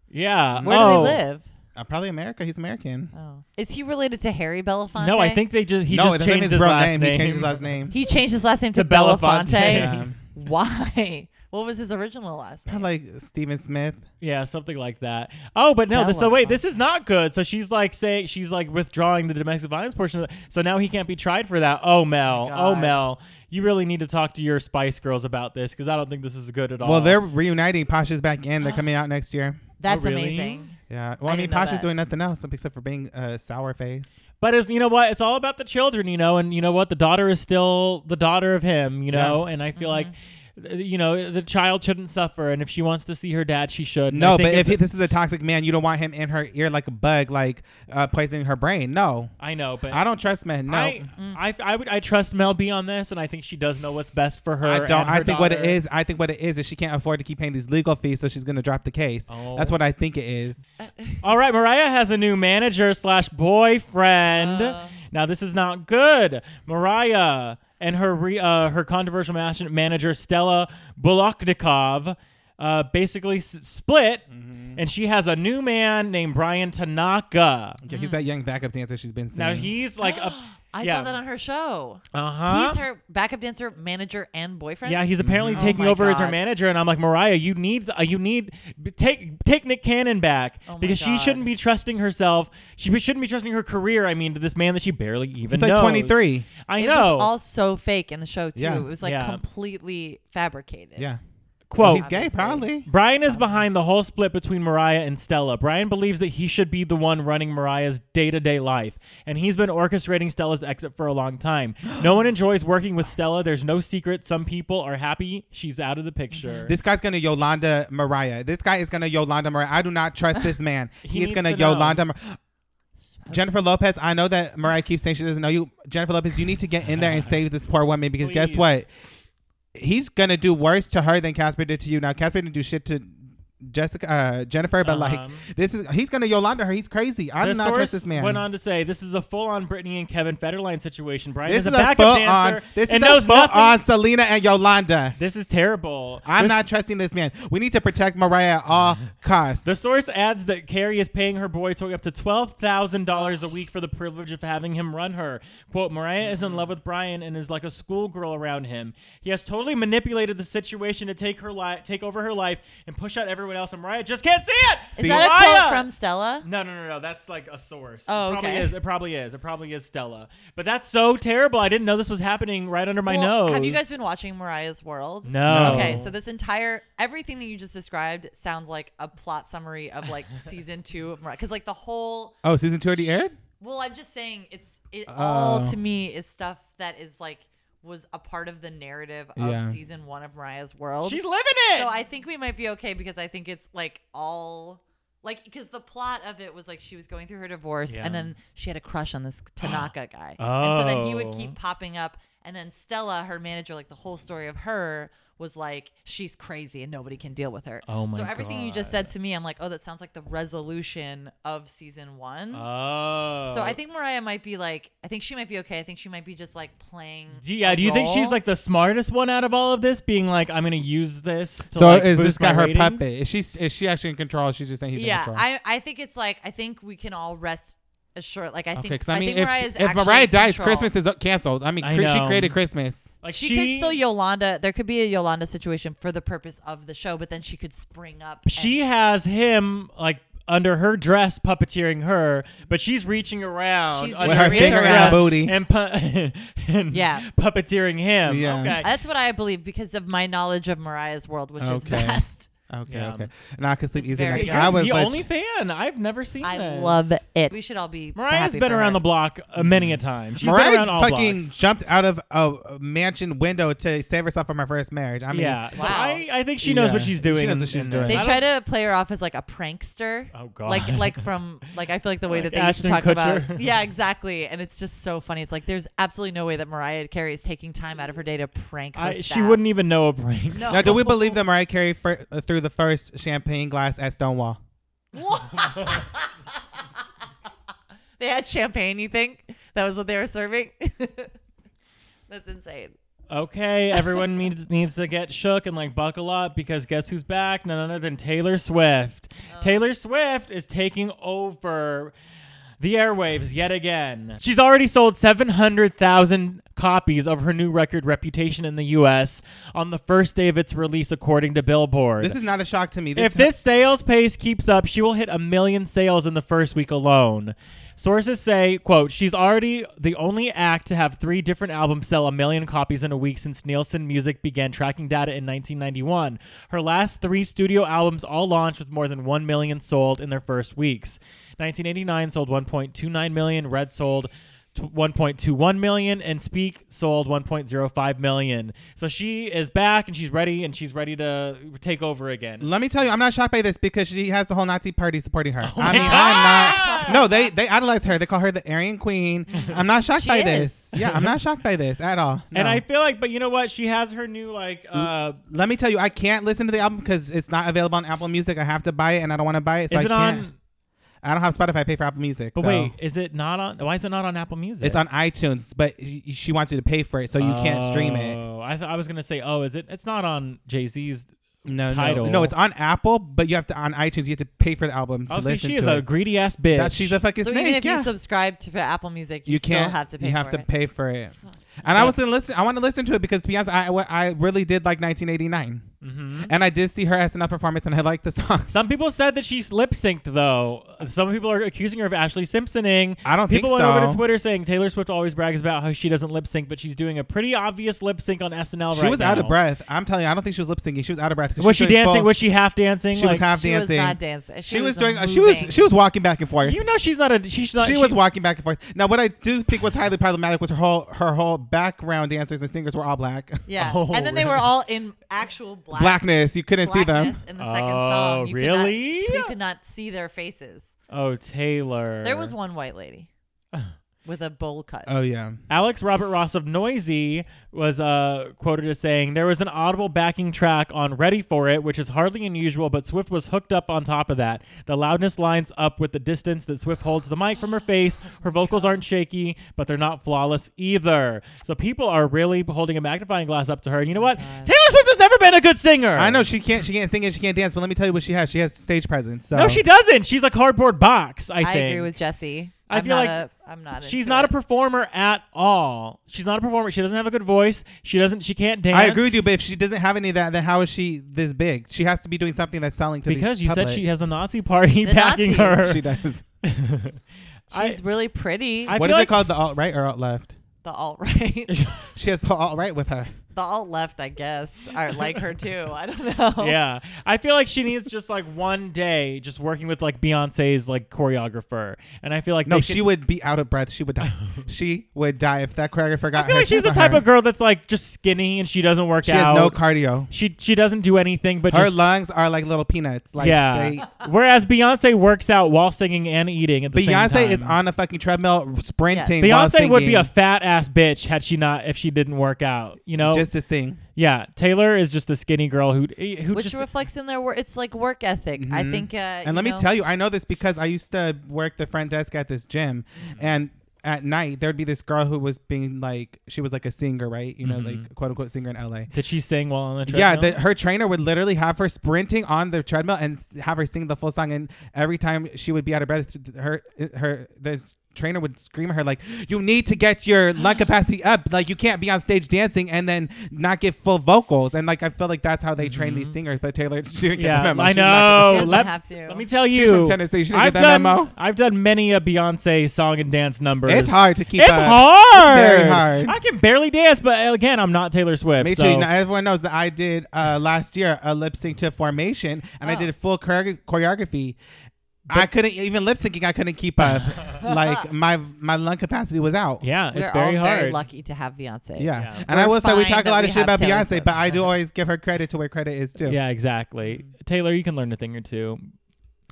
Speaker 2: Yeah.
Speaker 3: Where
Speaker 2: oh.
Speaker 3: do they live?
Speaker 1: Uh, probably America. He's American.
Speaker 3: Oh, is he related to Harry Belafonte?
Speaker 2: No, I think they just Uh, he
Speaker 1: no, it doesn't
Speaker 2: just
Speaker 1: mean
Speaker 2: changed
Speaker 1: his
Speaker 2: his
Speaker 1: real
Speaker 2: last
Speaker 1: name. He changed his last name.
Speaker 3: he changed his last name to,
Speaker 2: To
Speaker 3: Belafonte.
Speaker 2: Belafonte.
Speaker 1: yeah.
Speaker 3: Why? What was his original last name?
Speaker 1: Kinda like Stephen Smith.
Speaker 2: Yeah, something like that. Oh, but no.
Speaker 3: That
Speaker 2: This, so wait,
Speaker 3: one.
Speaker 2: this is not good. So she's like saying she's like withdrawing the domestic violence portion. of it. So now he can't be tried for that. Oh Mel. Oh
Speaker 3: God.
Speaker 2: Mel. You really need to talk to your Spice Girls about this because I don't think this is good at all.
Speaker 1: Well, they're reuniting. Pasha's back in. They're coming out next year.
Speaker 3: That's
Speaker 2: Oh, really?
Speaker 3: amazing.
Speaker 1: Yeah. Well, I,
Speaker 3: I
Speaker 1: mean,
Speaker 3: didn't know
Speaker 1: Pasha's
Speaker 3: that.
Speaker 1: doing nothing else except for being a sour face.
Speaker 2: But it's you know what? It's all about the children, you know, and you know what? The daughter is still the daughter of him, you know, and I feel like
Speaker 1: Mm-hmm.
Speaker 2: uh, you know, the child shouldn't suffer and if she wants to see her dad, she should. And I
Speaker 1: No,
Speaker 2: think
Speaker 1: but if
Speaker 2: it's-
Speaker 1: he, this is a toxic man, you don't want him in her ear like a bug, like uh, poisoning her brain. No.
Speaker 2: I know, but
Speaker 1: I don't trust men. No.
Speaker 2: I, I, I would I trust Mel B on this and I think she does know what's best for her.
Speaker 1: I don't.
Speaker 2: and her
Speaker 1: I think what it
Speaker 2: daughter.
Speaker 1: is. I think what it is is she can't afford to keep paying these legal fees, so she's gonna drop the case.
Speaker 2: Oh.
Speaker 1: That's what I think it is.
Speaker 2: All right, Mariah has a new manager slash boyfriend.
Speaker 3: Uh.
Speaker 2: now this is not good. Mariah and her re, uh, her controversial mas- manager Stella Bulaknikov uh, basically s- split,
Speaker 1: Mm-hmm.
Speaker 2: and she has a new man named Brian Tanaka.
Speaker 1: Yeah, he's that young backup dancer she's been seeing.
Speaker 2: Mm. Now he's like a
Speaker 3: I
Speaker 2: yeah.
Speaker 3: saw that on her show.
Speaker 2: uh
Speaker 1: Uh-huh.
Speaker 2: huh.
Speaker 3: He's her backup dancer, manager, and boyfriend.
Speaker 2: Yeah, he's apparently
Speaker 3: Mhm.
Speaker 1: Mm-hmm.
Speaker 3: Oh
Speaker 2: taking
Speaker 3: my
Speaker 2: over as her
Speaker 3: God.
Speaker 2: manager, and I'm like, Mariah, you need, uh, you need, b- take take Nick Cannon back
Speaker 3: Oh my
Speaker 2: because she
Speaker 3: God.
Speaker 2: shouldn't be trusting herself. She be- shouldn't be trusting her career. I mean, to this man that she barely even
Speaker 1: He's like
Speaker 2: knows.
Speaker 1: 23.
Speaker 2: I
Speaker 3: it
Speaker 2: know.
Speaker 3: was all so fake in the show too.
Speaker 1: Yeah.
Speaker 3: It was like
Speaker 2: Yeah.
Speaker 3: completely fabricated.
Speaker 1: Yeah.
Speaker 2: Quote.
Speaker 1: he's gay,
Speaker 3: Obviously.
Speaker 1: probably.
Speaker 2: Brian is behind the whole split between Mariah and Stella. Brian believes that he should be the one running Mariah's day to day life, and he's been orchestrating Stella's exit for a long time. No one enjoys working with Stella. There's no secret. Some people are happy she's out of the picture.
Speaker 1: This guy's gonna Yolanda Mariah. This guy is gonna Yolanda Mariah. I do not trust this man.
Speaker 2: He
Speaker 1: He's
Speaker 2: needs
Speaker 1: gonna
Speaker 2: to know.
Speaker 1: Yolanda. Mar- Jennifer Lopez, I know that Mariah keeps saying she doesn't know you. Jennifer Lopez, you need to get in there and save this poor woman because guess
Speaker 2: Please.
Speaker 1: what? He's gonna do worse to her than Casper did to you. Now Casper didn't do shit to Jessica uh, Jennifer, but
Speaker 2: Um,
Speaker 1: like this is he's gonna Yolanda her. He's crazy. I
Speaker 2: The
Speaker 1: do not trust
Speaker 2: source
Speaker 1: this man.
Speaker 2: Went on to say, "This is a full-on Britney and Kevin Federline situation. Brian
Speaker 1: this
Speaker 2: is,
Speaker 1: is
Speaker 2: a
Speaker 1: a
Speaker 2: backup
Speaker 1: foot
Speaker 2: dancer
Speaker 1: on. This is
Speaker 2: and
Speaker 1: a
Speaker 2: knows
Speaker 1: foot
Speaker 2: nothing.
Speaker 1: on Selena and Yolanda.
Speaker 2: This is terrible.
Speaker 1: I'm
Speaker 2: This-
Speaker 1: not trusting this man. We need to protect Mariah at all costs.
Speaker 2: The source adds that Carrie is paying her boy toy up to twelve thousand dollars a week for the privilege of having him run her. "Quote: Mariah is in love with Brian and is like a schoolgirl around him. He has totally manipulated the situation to take her life, take over her life, and push out everyone else. And Mariah just can't see it.
Speaker 3: Is that a
Speaker 2: Mariah!
Speaker 3: quote from Stella?
Speaker 2: No, no, no, no. That's like a source.
Speaker 3: Oh,
Speaker 2: it probably
Speaker 3: okay.
Speaker 2: Is. It probably is. It probably is Stella. But that's so terrible. I didn't know this was happening right under my
Speaker 3: Well,
Speaker 2: nose.
Speaker 3: Have you guys been watching Mariah's World?
Speaker 2: No.
Speaker 3: Okay, so this entire everything that you just described sounds like a plot summary of like season two of Mariah. Because like the whole
Speaker 1: oh, season two already aired.
Speaker 3: well, I'm just saying it's it
Speaker 2: Uh.
Speaker 3: all
Speaker 1: Oh.
Speaker 3: to me is stuff that is like was a part of the narrative of
Speaker 1: Yeah.
Speaker 3: season one of Mariah's World.
Speaker 2: She's living it.
Speaker 3: so I think we might be okay because I think it's like all like because the plot of it was like she was going through her divorce
Speaker 2: Yeah.
Speaker 3: and then she had a crush on this Tanaka guy. And so then he would
Speaker 2: Oh.
Speaker 3: keep popping up and then Stella, her manager, like the whole story of her was like she's crazy and nobody can deal with her.
Speaker 2: Oh my
Speaker 3: so everything you just said
Speaker 2: God.
Speaker 3: to me, I'm like, "Oh, that sounds like the resolution of season 1."
Speaker 2: oh.
Speaker 3: So I think Mariah might be like, I think she might be okay. I think she might be just like playing.
Speaker 2: Do- yeah,
Speaker 3: a
Speaker 2: do you think she's
Speaker 3: role.
Speaker 2: like the smartest one out of all of this? Being like, I'm gonna use this to
Speaker 1: So
Speaker 2: like
Speaker 1: is
Speaker 2: boost
Speaker 1: this guy
Speaker 2: my
Speaker 1: her
Speaker 2: ratings?
Speaker 1: puppet? Is she is she actually in control? She's just saying he's in
Speaker 3: yeah,
Speaker 1: control.
Speaker 3: I I think it's like I think we can all rest assured. Like I think
Speaker 1: okay, because I mean,
Speaker 3: think
Speaker 1: if,
Speaker 3: Mariah's
Speaker 1: if
Speaker 3: actually
Speaker 1: Mariah
Speaker 3: in
Speaker 1: dies,
Speaker 3: control.
Speaker 1: Christmas is uh, canceled. I mean,
Speaker 2: I
Speaker 1: cre- she
Speaker 2: know.
Speaker 1: created Christmas.
Speaker 2: Like
Speaker 3: She, could still Yolanda. There could be a Yolanda situation for the purpose of the show, but then she could spring up.
Speaker 2: She
Speaker 3: and-
Speaker 2: has him like under her dress puppeteering her, but she's reaching around
Speaker 3: She's
Speaker 2: under
Speaker 3: With her finger in her
Speaker 2: dress
Speaker 1: booty.
Speaker 2: and, pu- and
Speaker 3: Yeah.
Speaker 2: puppeteering him.
Speaker 1: Yeah.
Speaker 2: Okay.
Speaker 3: that's what I believe because of my knowledge of Mariah's world, which is
Speaker 1: Okay.
Speaker 3: vast.
Speaker 1: Okay,
Speaker 2: Yeah.
Speaker 1: okay. And I could sleep easy.
Speaker 3: very
Speaker 1: Next.
Speaker 3: good.
Speaker 1: I was
Speaker 2: the
Speaker 1: lit-
Speaker 2: only fan. I've never seen
Speaker 3: I
Speaker 2: this.
Speaker 3: love it. We should all be.
Speaker 2: Mariah's
Speaker 3: happy
Speaker 2: been
Speaker 3: for
Speaker 2: around the
Speaker 3: her.
Speaker 2: block uh, many a time. She's
Speaker 1: Mariah
Speaker 2: been around all
Speaker 1: fucking
Speaker 2: blocks.
Speaker 1: jumped out of a mansion window to save herself from her first marriage. I mean,
Speaker 2: yeah. So
Speaker 3: Wow.
Speaker 2: I, I think she knows
Speaker 1: Yeah.
Speaker 2: what she's doing.
Speaker 1: She knows
Speaker 2: in-
Speaker 1: what she's
Speaker 2: in
Speaker 1: doing.
Speaker 2: this.
Speaker 3: They
Speaker 2: I
Speaker 3: try to play her off as like a prankster.
Speaker 2: Oh, God.
Speaker 3: Like like from like I feel like the way
Speaker 2: Like
Speaker 3: that they used to talk
Speaker 2: Ashton Kutcher.
Speaker 3: about. Yeah, exactly. And it's just so funny. It's like there's absolutely no way that Mariah Carey is taking time out of her day to prank her
Speaker 2: I- she
Speaker 3: staff.
Speaker 2: wouldn't even know a prank.
Speaker 3: No.
Speaker 1: Now, do we believe that Mariah Carey fir- uh, threw the first champagne glass at Stonewall?
Speaker 3: they had champagne. You think that was what they were serving? That's insane.
Speaker 2: Okay, everyone needs needs to get shook and like buckle up because guess who's back? None other than Taylor Swift. Taylor Swift is taking over the airwaves yet again. She's already sold 700,000 copies of her new record Reputation in the US on the first day of its release according to Billboard.
Speaker 1: This is not a shock to me.
Speaker 2: if this sales pace keeps up, she will hit a million sales in the first week alone. Sources say, quote, she's already the only act to have three different albums sell a million copies in a week since Nielsen Music began tracking data in 1991. Her last three studio albums all launched with more than 1 million sold in their first weeks. 1989 sold 1.29 million, Red sold t- 1.21 million and speak sold 1.05 million so she is back and she's ready and she's ready to take over again
Speaker 1: Let me tell you, I'm not shocked by this because she has the whole Nazi party supporting her. I
Speaker 2: my
Speaker 1: mean, I'm not. No, they they idolize her. They call her the Aryan Queen. I'm not shocked
Speaker 3: She
Speaker 1: by
Speaker 3: is.
Speaker 1: this. Yeah, I'm not shocked by this at all.
Speaker 2: And
Speaker 1: No.
Speaker 2: I feel like, but you know what? She has her new like. uh
Speaker 1: let me tell you, I can't listen to the album because it's not available on Apple Music. I have to buy it, and I don't want to buy it. So I
Speaker 2: Is it
Speaker 1: can't.
Speaker 2: on?
Speaker 1: I don't have Spotify. I pay for Apple Music.
Speaker 2: But
Speaker 1: so.
Speaker 2: wait, is it not on? Why is it not on Apple Music?
Speaker 1: It's on iTunes, but y- she wants you to pay for it, so you can't stream it.
Speaker 2: Oh, I, th- I was gonna say, oh, is it? It's not on Jay Z's.
Speaker 1: No, no.
Speaker 2: Title.
Speaker 1: no, it's on Apple, but you have to on iTunes. You have to pay for the album to
Speaker 2: Oh, see,
Speaker 1: listen
Speaker 2: she
Speaker 1: to
Speaker 2: is
Speaker 1: it.
Speaker 2: a greedy ass bitch.
Speaker 1: That she's a fucking
Speaker 3: So
Speaker 1: snake.
Speaker 3: even if
Speaker 1: yeah.
Speaker 3: you subscribe to Apple Music, you,
Speaker 1: You
Speaker 3: still
Speaker 1: can't.
Speaker 3: have to pay.
Speaker 1: you have
Speaker 3: for
Speaker 1: to
Speaker 3: it.
Speaker 1: pay for it. And I was gonna listen. I want to listen to it because to be honest, I what- I really did like 1989,
Speaker 2: Mhm.
Speaker 1: and I did see her SNL performance, and I liked the song.
Speaker 2: Some people said that she's lip synced though. Some people are accusing her of Ashley Simpsoning.
Speaker 1: I don't
Speaker 2: People
Speaker 1: think
Speaker 2: went over to
Speaker 1: so.
Speaker 2: Twitter saying Taylor Swift always brags about how she doesn't lip sync, but she's doing a pretty obvious lip sync on SNL.
Speaker 1: She
Speaker 2: right
Speaker 1: was out
Speaker 2: now.
Speaker 1: of breath. I'm telling you, I don't think she was lip syncing. She was out of breath. 'cause
Speaker 2: Was she
Speaker 1: doing
Speaker 2: dancing?
Speaker 1: full-
Speaker 2: Was she half dancing?
Speaker 1: she was
Speaker 2: Like,
Speaker 1: half
Speaker 3: She
Speaker 1: dancing.
Speaker 3: was not dancing. She,
Speaker 1: She was
Speaker 3: doing.
Speaker 1: doing. She was. She was walking back and forth.
Speaker 2: You know she's not a. She's not.
Speaker 1: she was walking back and forth. Now, what I do think was highly problematic was her whole her whole background dancers and singers were all black.
Speaker 3: Yeah,
Speaker 2: Oh,
Speaker 3: and then they were
Speaker 2: really?
Speaker 3: all in actual black.
Speaker 1: Blackness, you couldn't see them.
Speaker 3: blackness in the second
Speaker 2: Oh,
Speaker 3: song. You could not-
Speaker 2: really?
Speaker 3: you could not see their faces.
Speaker 2: Oh, Taylor.
Speaker 3: There was one white lady. with a bowl cut.
Speaker 1: Oh yeah.
Speaker 2: Alex Robert Ross of Noisy was uh, quoted as saying, There was an audible backing track on Ready for It, which is hardly unusual, but Swift was hooked up on top of that. The loudness lines up with the distance that Swift holds the mic from her face. Her vocals aren't shaky, but they're not flawless either. So people are really holding a magnifying glass up to her. And you know what?
Speaker 3: Oh God.
Speaker 2: Taylor Swift has never been a good singer.
Speaker 1: I know she can't. She can't sing and she can't dance. But let me tell you what she has. She has stage presence. So.
Speaker 2: No, she doesn't. She's a cardboard box, I,
Speaker 3: I
Speaker 2: think.
Speaker 3: agree with Jesse.
Speaker 2: I
Speaker 3: I'm
Speaker 2: feel
Speaker 3: not
Speaker 2: like
Speaker 3: a, I'm not.
Speaker 2: She's
Speaker 3: into
Speaker 2: not a
Speaker 3: it.
Speaker 2: performer at all. She's not a performer. She doesn't have a good voice. She doesn't. She can't dance.
Speaker 1: I agree with you, but if she doesn't have any of that, then how is she this big? She has to be doing something that's selling to the
Speaker 2: because you said
Speaker 1: public.
Speaker 2: she has the Nazi party
Speaker 3: The
Speaker 2: backing
Speaker 3: Nazis.
Speaker 2: her.
Speaker 1: She does.
Speaker 2: I-
Speaker 3: She's really pretty.
Speaker 2: I
Speaker 1: what
Speaker 2: feel
Speaker 1: is
Speaker 2: like-
Speaker 1: it called? The alt right or alt left?
Speaker 3: the alt right,
Speaker 1: She has the alt right with her.
Speaker 3: the alt left, I guess, are like her too. I don't know.
Speaker 2: yeah, I feel like she needs just like one day, just working with like Beyonce's like choreographer, and I feel like
Speaker 1: No,
Speaker 2: they
Speaker 1: she
Speaker 2: could-
Speaker 1: would be out of breath. She would die. she would die if that choreographer got
Speaker 2: I feel
Speaker 1: her.
Speaker 2: like she's the
Speaker 1: to
Speaker 2: type
Speaker 1: her.
Speaker 2: of girl that's like just skinny and she doesn't work
Speaker 1: She
Speaker 2: out.
Speaker 1: has no cardio.
Speaker 2: she she doesn't do anything but
Speaker 1: Her
Speaker 2: just
Speaker 1: lungs are like little peanuts. Like
Speaker 2: yeah.
Speaker 1: they,
Speaker 2: Whereas Beyonce works out while singing and eating at the same time.
Speaker 1: Beyonce is on a fucking treadmill sprinting. while
Speaker 2: Beyonce would be
Speaker 1: singing
Speaker 2: a fat ass bitch had she not if she didn't work out. You know,
Speaker 1: just to sing.
Speaker 2: yeah. Taylor is just a skinny girl who eh, who
Speaker 3: Which
Speaker 2: just
Speaker 3: reflects in their work. It's like work ethic. I
Speaker 2: Mm-hmm.
Speaker 1: Mhm.
Speaker 3: think. Uh,
Speaker 1: And let me tell you, I know this because I used to work the front desk at this gym,
Speaker 3: Mm-hmm.
Speaker 1: and at night there'd be this girl who was being like, she was like a singer, right? You know,
Speaker 2: Mhm.
Speaker 1: like quote unquote singer in LA.
Speaker 2: did she sing while on the treadmill?
Speaker 1: Yeah, the, her trainer would literally have her sprinting on the treadmill and have her sing the full song. And every time she would be out of breath, her her the trainer would scream at her like, "You need to get your lung capacity up. Like you can't be on stage dancing and then not get full vocals." And like I feel like that's how they train these singers. But Taylor, she didn't get
Speaker 2: Mm-hmm. Yeah,
Speaker 1: the memo.
Speaker 2: I
Speaker 1: She's not
Speaker 2: know.
Speaker 1: gonna-
Speaker 3: Doesn't
Speaker 2: Oh, let-
Speaker 3: have to.
Speaker 2: Let me tell you,
Speaker 1: She's from Tennessee. She didn't
Speaker 2: I've
Speaker 1: get that
Speaker 2: done
Speaker 1: memo.
Speaker 2: I've done many a Beyonce song and dance numbers.
Speaker 1: It's hard to keep
Speaker 2: It's
Speaker 1: up.
Speaker 2: hard.
Speaker 1: very hard.
Speaker 2: I can barely dance, but eh, again, I'm not Taylor Swift.
Speaker 1: Me
Speaker 2: so.
Speaker 1: too. Now, everyone knows that I did uh, last year a lip sync to Formation, and I
Speaker 3: Oh.
Speaker 1: did a full chore- choreography. I couldn't even lip syncing. I couldn't keep up. like my my lung capacity was out.
Speaker 2: yeah,
Speaker 3: We're
Speaker 2: it's
Speaker 3: all
Speaker 2: very hard.
Speaker 3: very lucky to have
Speaker 1: Yeah.
Speaker 3: Beyonce.
Speaker 2: Yeah.
Speaker 1: And I
Speaker 3: We're
Speaker 1: will say we
Speaker 3: fine
Speaker 1: talk a
Speaker 3: that
Speaker 1: lot of
Speaker 3: we
Speaker 1: shit
Speaker 3: have
Speaker 1: about
Speaker 3: Taylor
Speaker 1: Beyonce,
Speaker 3: Swift.
Speaker 1: but I do always give her credit to where credit is due.
Speaker 2: Yeah, exactly. Taylor, you can learn a thing or two.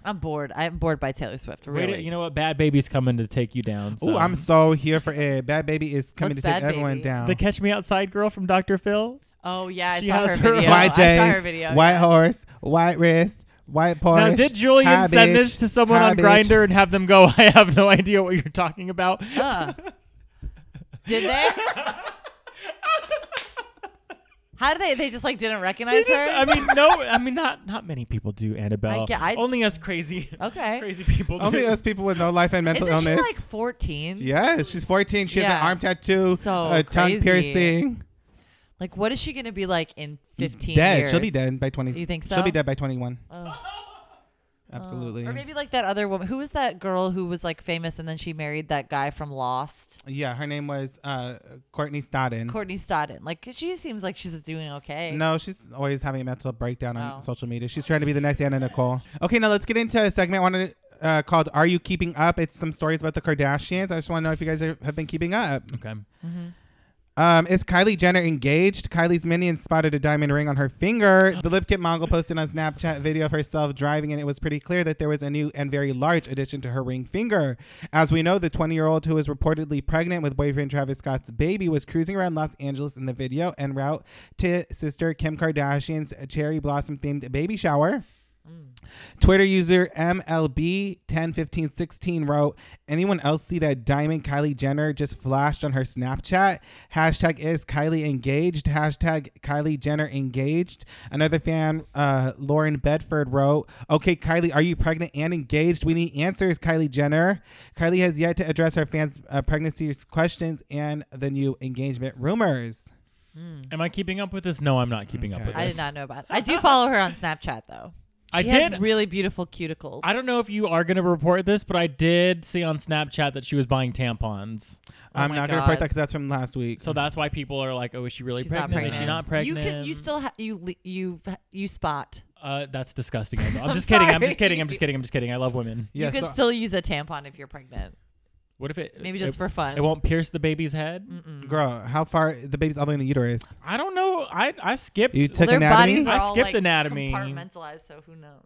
Speaker 3: I'm bored. I'm bored by Taylor Swift.
Speaker 2: Wait,
Speaker 3: Really,
Speaker 2: you know what? Bad baby's coming to take you down.
Speaker 1: Ooh,
Speaker 2: so.
Speaker 1: I'm so here for it. Bad Baby is coming
Speaker 3: What's
Speaker 1: to take
Speaker 3: Bad
Speaker 1: everyone
Speaker 3: Baby?
Speaker 1: down.
Speaker 2: the catch me outside girl from Dr. Phil.
Speaker 3: Oh yeah, I
Speaker 2: She
Speaker 3: saw
Speaker 2: has
Speaker 3: her
Speaker 2: her
Speaker 3: video.
Speaker 1: white
Speaker 3: I saw her
Speaker 1: J's,
Speaker 3: video.
Speaker 1: white
Speaker 3: yeah.
Speaker 1: horse, white wrist, white Porsche.
Speaker 2: now, did Julian
Speaker 1: Hi,
Speaker 2: send
Speaker 1: bitch.
Speaker 2: this to someone
Speaker 1: Hi,
Speaker 2: on
Speaker 1: bitch.
Speaker 2: Grinder and have them go, "I have no idea what you're talking about"?
Speaker 3: Huh. Did they? How did they? They just like didn't
Speaker 2: They
Speaker 3: recognize
Speaker 2: just-
Speaker 3: her.
Speaker 2: I mean, no, I mean, not not many people do Annabelle.
Speaker 3: I get- I-
Speaker 2: Only us crazy,
Speaker 3: okay.
Speaker 2: crazy people.
Speaker 1: Only
Speaker 2: do.
Speaker 1: us people with no life and mental
Speaker 3: Isn't
Speaker 1: illness.
Speaker 3: she like 14?
Speaker 1: Mm-hmm. Yes, she's 14. She has
Speaker 3: Yeah.
Speaker 1: an arm tattoo,
Speaker 3: So
Speaker 1: a tongue
Speaker 3: crazy.
Speaker 1: piercing.
Speaker 3: Like, what is she gonna be like in 15
Speaker 1: dead.
Speaker 3: years?
Speaker 1: She'll be dead by 20.
Speaker 3: You think so?
Speaker 1: She'll be dead by 21.
Speaker 3: Oh.
Speaker 1: Absolutely.
Speaker 3: Or maybe like that other woman. Who was that girl who was like famous and then she married that guy from Lost?
Speaker 1: yeah, her name was uh, Courtney Stodden.
Speaker 3: Courtney Stodden. Like she seems like she's doing okay.
Speaker 1: Mm. no, she's always having a mental breakdown on
Speaker 3: Oh.
Speaker 1: social media. She's trying to be the next Anna Nicole. Okay, now let's get into a segment I wanted uh, called "Are You Keeping Up?" It's some stories about the Kardashians. I just want to know if you guys are, have been keeping up.
Speaker 2: okay.
Speaker 1: Um, is Kylie Jenner engaged? Kylie's minion spotted a diamond ring on her finger. The lip kit Mongol posted on Snapchat video of herself driving, and it was pretty clear that there was a new and very large addition to her ring finger. As we know, the 20 year old who is reportedly pregnant with boyfriend Travis Scott's baby was cruising around Los Angeles in the video en route to sister Kim Kardashian's cherry blossom themed baby shower. Twitter user MLB101516 wrote, Anyone else see that diamond Kylie Jenner just flashed on her Snapchat? Hashtag is Kylie engaged. Hashtag Kylie Jenner engaged. Another fan, uh, Lauren Bedford, wrote, Okay, Kylie, are you pregnant and engaged? We need answers, Kylie Jenner. Kylie has yet to address her fans' uh, pregnancy questions and the new engagement rumors.
Speaker 2: Am I keeping up with this? No, I'm not keeping up
Speaker 1: Okay.
Speaker 2: with this.
Speaker 3: I did not know about. I do follow her on Snapchat though.
Speaker 2: I
Speaker 3: She has
Speaker 2: did-
Speaker 3: really beautiful cuticles.
Speaker 2: I don't know if you are going to report this, but I did see on Snapchat that she was buying tampons.
Speaker 3: Oh
Speaker 1: I'm
Speaker 3: my
Speaker 1: not going to report
Speaker 3: God.
Speaker 1: that because that's from last week.
Speaker 2: So that's why people are like, "Oh, is she really
Speaker 3: She's
Speaker 2: pregnant?
Speaker 3: not
Speaker 2: Is
Speaker 3: pregnant.
Speaker 2: she not pregnant?"
Speaker 3: You can. You still. Ha- you. le- You. You spot.
Speaker 2: Uh, that's disgusting. Amber. I'm,
Speaker 3: I'm
Speaker 2: just kidding. I'm
Speaker 3: sorry.
Speaker 2: just kidding. I'm just kidding. I'm just kidding. I love women.
Speaker 1: Yeah,
Speaker 3: you can
Speaker 1: so-
Speaker 3: still use a tampon if you're pregnant.
Speaker 2: What if it?
Speaker 3: Maybe just
Speaker 2: it,
Speaker 3: for fun.
Speaker 2: It won't pierce the baby's head.
Speaker 3: Mm-mm.
Speaker 1: Girl, how far? The baby's all the way in the uterus.
Speaker 2: I don't know. I I skipped.
Speaker 1: You took
Speaker 3: their
Speaker 1: anatomy?
Speaker 3: bodies are
Speaker 2: I
Speaker 3: all
Speaker 2: skipped
Speaker 3: like
Speaker 2: anatomy.
Speaker 3: compartmentalized, so who knows?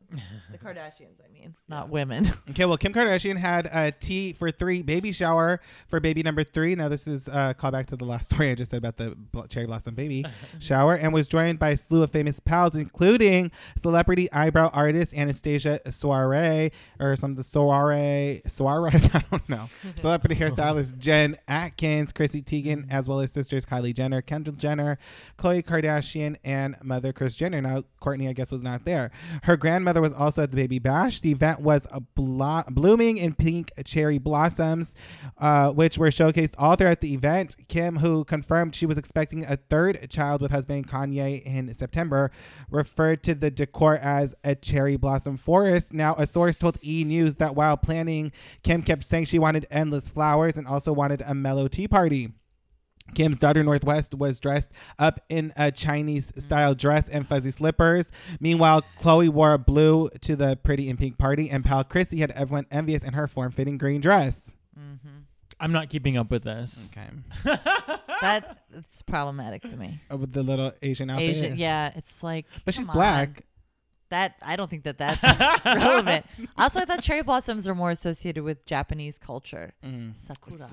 Speaker 3: the Kardashians, I mean, not women.
Speaker 1: Okay, well, Kim Kardashian had a tea for three baby shower for baby number three. Now, this is a callback to the last story I just said about the bl- cherry blossom baby shower and was joined by a slew of famous pals, including celebrity eyebrow artist Anastasia Soiree or something, Soiree, Soiree, I don't know. Celebrity hairstylist Jen Atkins, Chrissy Teigen, as well as sisters Kylie Jenner, Kendall Jenner, Khloe Kardashian, and mother Kris Jenner. Now, Courtney, I guess, was not there. Her grandmother was also at the baby bash. The event was a blo- blooming in pink cherry blossoms, uh, which were showcased all throughout the event. Kim, who confirmed she was expecting a third child with husband Kanye in September, referred to the decor as a cherry blossom forest. Now, a source told E! News that while planning, Kim kept saying she wanted endless flowers and also wanted a mellow tea party. Kim's daughter Northwest was dressed up in a Chinese style dress and fuzzy slippers. Meanwhile, Chloe wore blue to the pretty and pink party, and pal Chrissy had everyone envious in her form fitting green dress.
Speaker 3: Mm-hmm.
Speaker 2: I'm not keeping up with this.
Speaker 1: Okay.
Speaker 3: That's problematic to me.
Speaker 1: Oh, With the little Asian outfit.
Speaker 3: Asian, yeah, it's like.
Speaker 1: But she's
Speaker 3: come on.
Speaker 1: black.
Speaker 3: That I don't think that that's relevant. Also, I thought cherry blossoms are more associated with Japanese culture.
Speaker 1: Mm.
Speaker 3: Sakura.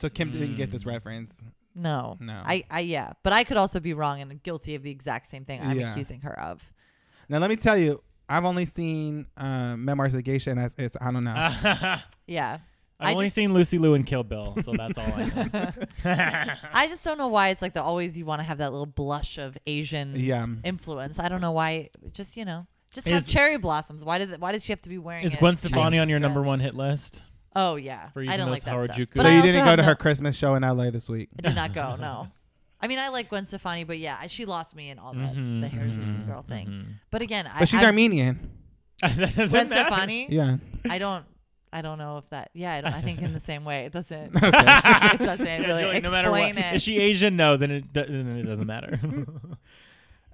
Speaker 1: So Kim didn't get this reference.
Speaker 3: No.
Speaker 1: No.
Speaker 3: I, I yeah, but I could also be wrong and guilty of the exact same thing I'm
Speaker 1: Yeah.
Speaker 3: accusing her of.
Speaker 1: Now, let me tell you, I've only seen um, Memoirs of Geisha, and that's it's, I don't know. Mm.
Speaker 2: I've
Speaker 3: Yeah. I
Speaker 2: only
Speaker 3: just-
Speaker 2: seen Lucy Liu and Kill Bill, so that's all I know.
Speaker 3: I just don't know why it's like the always you want to have that little blush of Asian
Speaker 1: yeah.
Speaker 3: influence. I don't know why. Just you know, just
Speaker 2: Is-
Speaker 3: have cherry blossoms. Why did why does she have to be wearing?
Speaker 2: Is
Speaker 3: a
Speaker 2: Gwen Stefani
Speaker 3: Chinese
Speaker 2: on your
Speaker 3: dress?
Speaker 2: number one hit list?
Speaker 3: Oh yeah,
Speaker 2: For
Speaker 3: I
Speaker 2: using
Speaker 3: don't
Speaker 2: those
Speaker 3: like that stuff.
Speaker 2: Harajuku-
Speaker 3: But
Speaker 1: so
Speaker 3: I
Speaker 1: you
Speaker 3: also
Speaker 1: didn't go
Speaker 3: have
Speaker 1: to
Speaker 3: no-
Speaker 1: her Christmas show in LA this week.
Speaker 3: I did not go. No. I mean, I like Gwen Stefani, but yeah, I- she lost me in all that
Speaker 2: Mm-hmm,
Speaker 3: the Harajuku girl thing. But again, I,
Speaker 1: But she's
Speaker 3: I,
Speaker 1: Armenian.
Speaker 2: mm-hmm. that doesn't
Speaker 3: Gwen
Speaker 2: matter.
Speaker 3: Stefani.
Speaker 1: Yeah.
Speaker 3: I don't. I don't know if that. Yeah, I, don't, I think in the same way it doesn't.
Speaker 1: Okay.
Speaker 3: it doesn't
Speaker 2: Yeah,
Speaker 3: really
Speaker 2: Julie,
Speaker 3: explain
Speaker 2: no matter what.
Speaker 3: it.
Speaker 2: Is she Asian? No, then it, do- then it doesn't matter.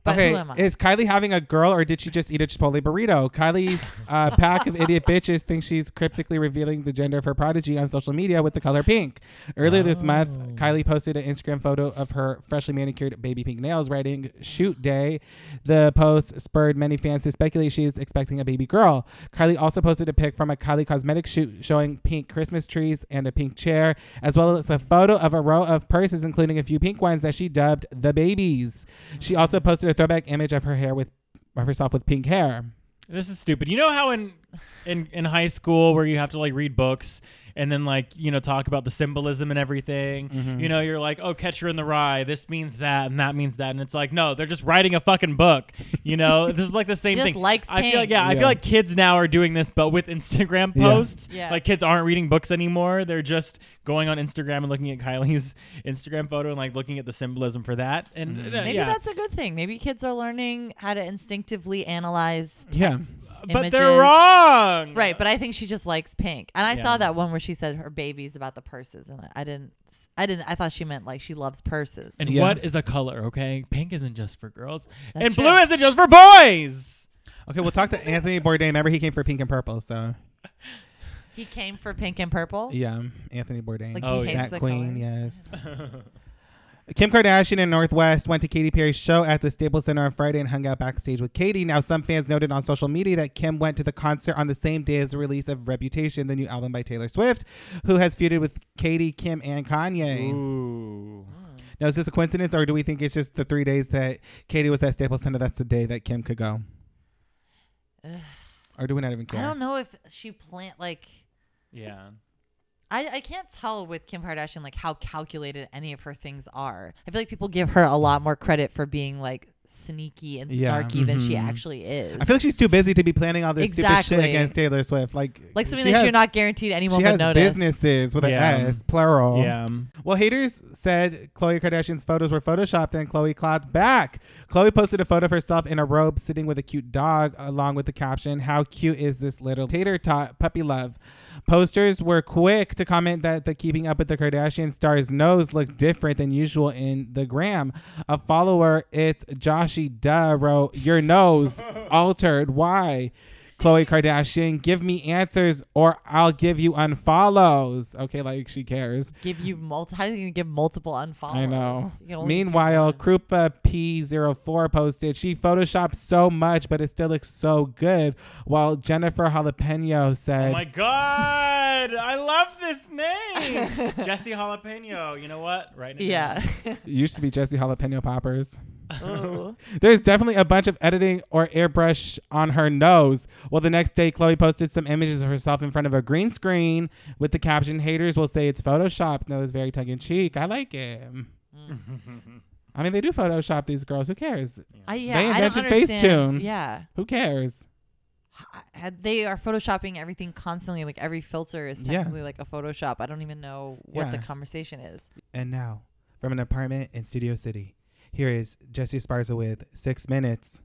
Speaker 3: but
Speaker 1: okay,
Speaker 3: who am I?
Speaker 1: is Kylie having a girl or did she just eat a Chipotle burrito? Kylie's uh, pack of idiot bitches thinks she's cryptically revealing the gender of her prodigy on social media with the color pink. Earlier this month,
Speaker 2: Oh.
Speaker 1: Kylie posted an Instagram photo of her freshly manicured baby pink nails, writing "Shoot Day." The post spurred many fans to speculate she is expecting a baby girl. Kylie also posted a pic from a Kylie Cosmetics shoot showing pink Christmas trees and a pink chair, as well as a photo of a row of purses, including a few pink ones that she dubbed the babies. She also posted a throwback image of her hair with of herself with pink hair.
Speaker 2: this is stupid. You know how in, in in high school where you have to like read books and then like you know talk about the symbolism and everything.
Speaker 1: Mm-hmm.
Speaker 2: You know you're like oh Catcher in the Rye. This means that and that means that and it's like no they're just writing a fucking book. You know this is like the same
Speaker 3: just
Speaker 2: thing.
Speaker 3: likes
Speaker 2: I feel like
Speaker 3: pink.
Speaker 2: yeah, I
Speaker 1: Yeah.
Speaker 2: feel like kids now are doing this but with Instagram
Speaker 1: Yeah.
Speaker 2: posts.
Speaker 3: Yeah.
Speaker 2: Like kids aren't reading books anymore. They're just going on Instagram and looking at Kylie's Instagram photo and like looking at the symbolism for that. And
Speaker 1: Mm.
Speaker 2: uh,
Speaker 3: Maybe
Speaker 2: yeah.
Speaker 3: that's a good thing. Maybe kids are learning how to instinctively analyze
Speaker 1: Yeah.
Speaker 2: but
Speaker 3: images.
Speaker 2: they're
Speaker 1: Mm,
Speaker 2: wrong.
Speaker 3: Right, but I think she just likes pink. And I
Speaker 2: Yeah.
Speaker 3: saw that one where she said her baby's about the purses, and I- I didn't, I didn't, I thought she meant like she loves purses.
Speaker 2: And
Speaker 1: Yeah.
Speaker 2: what is a color, okay? Pink isn't just for girls.
Speaker 3: That's
Speaker 2: and
Speaker 3: true.
Speaker 2: blue isn't just for boys.
Speaker 1: Okay, we'll talk to Anthony Bourdain. Remember he came for pink and purple, so
Speaker 3: he came for pink and purple.
Speaker 1: yeah, um, Anthony Bourdain.
Speaker 3: Like
Speaker 2: Oh,
Speaker 3: he
Speaker 2: yeah.
Speaker 3: hates
Speaker 1: that
Speaker 3: the
Speaker 1: queen,
Speaker 3: colors.
Speaker 1: yes. Kim Kardashian and Northwest went to Katy Perry's show at the Staples Center on Friday and hung out backstage with Katy. Now, some fans noted on social media that Kim went to the concert on the same day as the release of Reputation, the new album by Taylor Swift, who has feuded with Katy, Kim, and Kanye.
Speaker 2: Ooh.
Speaker 3: Mm.
Speaker 1: Now, is this a coincidence, or do we think it's just the three days that Katy was at Staples Center? That's the day that Kim could go,
Speaker 3: Ugh.
Speaker 1: or do we not even care?
Speaker 3: I don't know if she planned like.
Speaker 2: Yeah.
Speaker 3: I, I can't tell with Kim Kardashian like how calculated any of her things are. I feel like people give her a lot more credit for being like sneaky and snarky
Speaker 1: Yeah. mm-hmm.
Speaker 3: than she
Speaker 2: Mhm.
Speaker 3: actually is.
Speaker 1: I feel like she's too busy to be planning all this stupid
Speaker 3: Exactly.
Speaker 1: shit against Taylor Swift. Like,
Speaker 3: like something
Speaker 1: she
Speaker 3: that
Speaker 1: has-
Speaker 3: you're not guaranteed anyone
Speaker 1: She
Speaker 3: would
Speaker 1: has
Speaker 3: notice.
Speaker 1: businesses with an
Speaker 2: Yeah.
Speaker 1: S, plural.
Speaker 2: Yeah.
Speaker 1: Well, haters said Khloe Kardashian's photos were photoshopped, and Khloe clapped back. Khloe posted a photo of herself in a robe sitting with a cute dog, along with the caption, "How cute is this little tater tot puppy love?" Posters were quick to comment that the Keeping Up with the Kardashian star's nose looked different than usual in the gram. A follower, it's Joshy Duh, wrote, "Your nose altered. Why?" Khloe Kardashian, give me answers or I'll give you unfollows. Okay, like she cares.
Speaker 3: Give you multi. How are you gonna give multiple unfollows?
Speaker 1: I know.
Speaker 3: You can only do
Speaker 1: Meanwhile,
Speaker 3: one.
Speaker 1: Krupa P04 posted, she photoshopped so much, but it still looks so good. While Jennifer Jalapeno
Speaker 2: Oh
Speaker 1: said,
Speaker 2: my god! I love this name, Jesse Jalapeno. You know what? Right now.
Speaker 3: yeah.
Speaker 1: it used to be Jesse Jalapeno Poppers.
Speaker 3: Ooh.
Speaker 1: There's definitely a bunch of editing or airbrush on her nose. Well, the next day, Chloe posted some images of herself in front of a green screen with the caption, haters will say it's Photoshop. No, it's very tongue in cheek. I like it. I mean, they do Photoshop these girls. Who cares?
Speaker 3: I, yeah. I don't
Speaker 1: invented
Speaker 3: understand-
Speaker 1: Facetune.
Speaker 3: Yeah.
Speaker 1: Who cares?
Speaker 3: I- I- They are photoshopping everything constantly. Like every filter is
Speaker 1: Yeah.
Speaker 3: technically like a Photoshop. I don't even know what the
Speaker 1: Yeah.
Speaker 3: conversation is.
Speaker 1: And now, from an apartment in Studio City, here is Jesse Sparza with Six Minutes.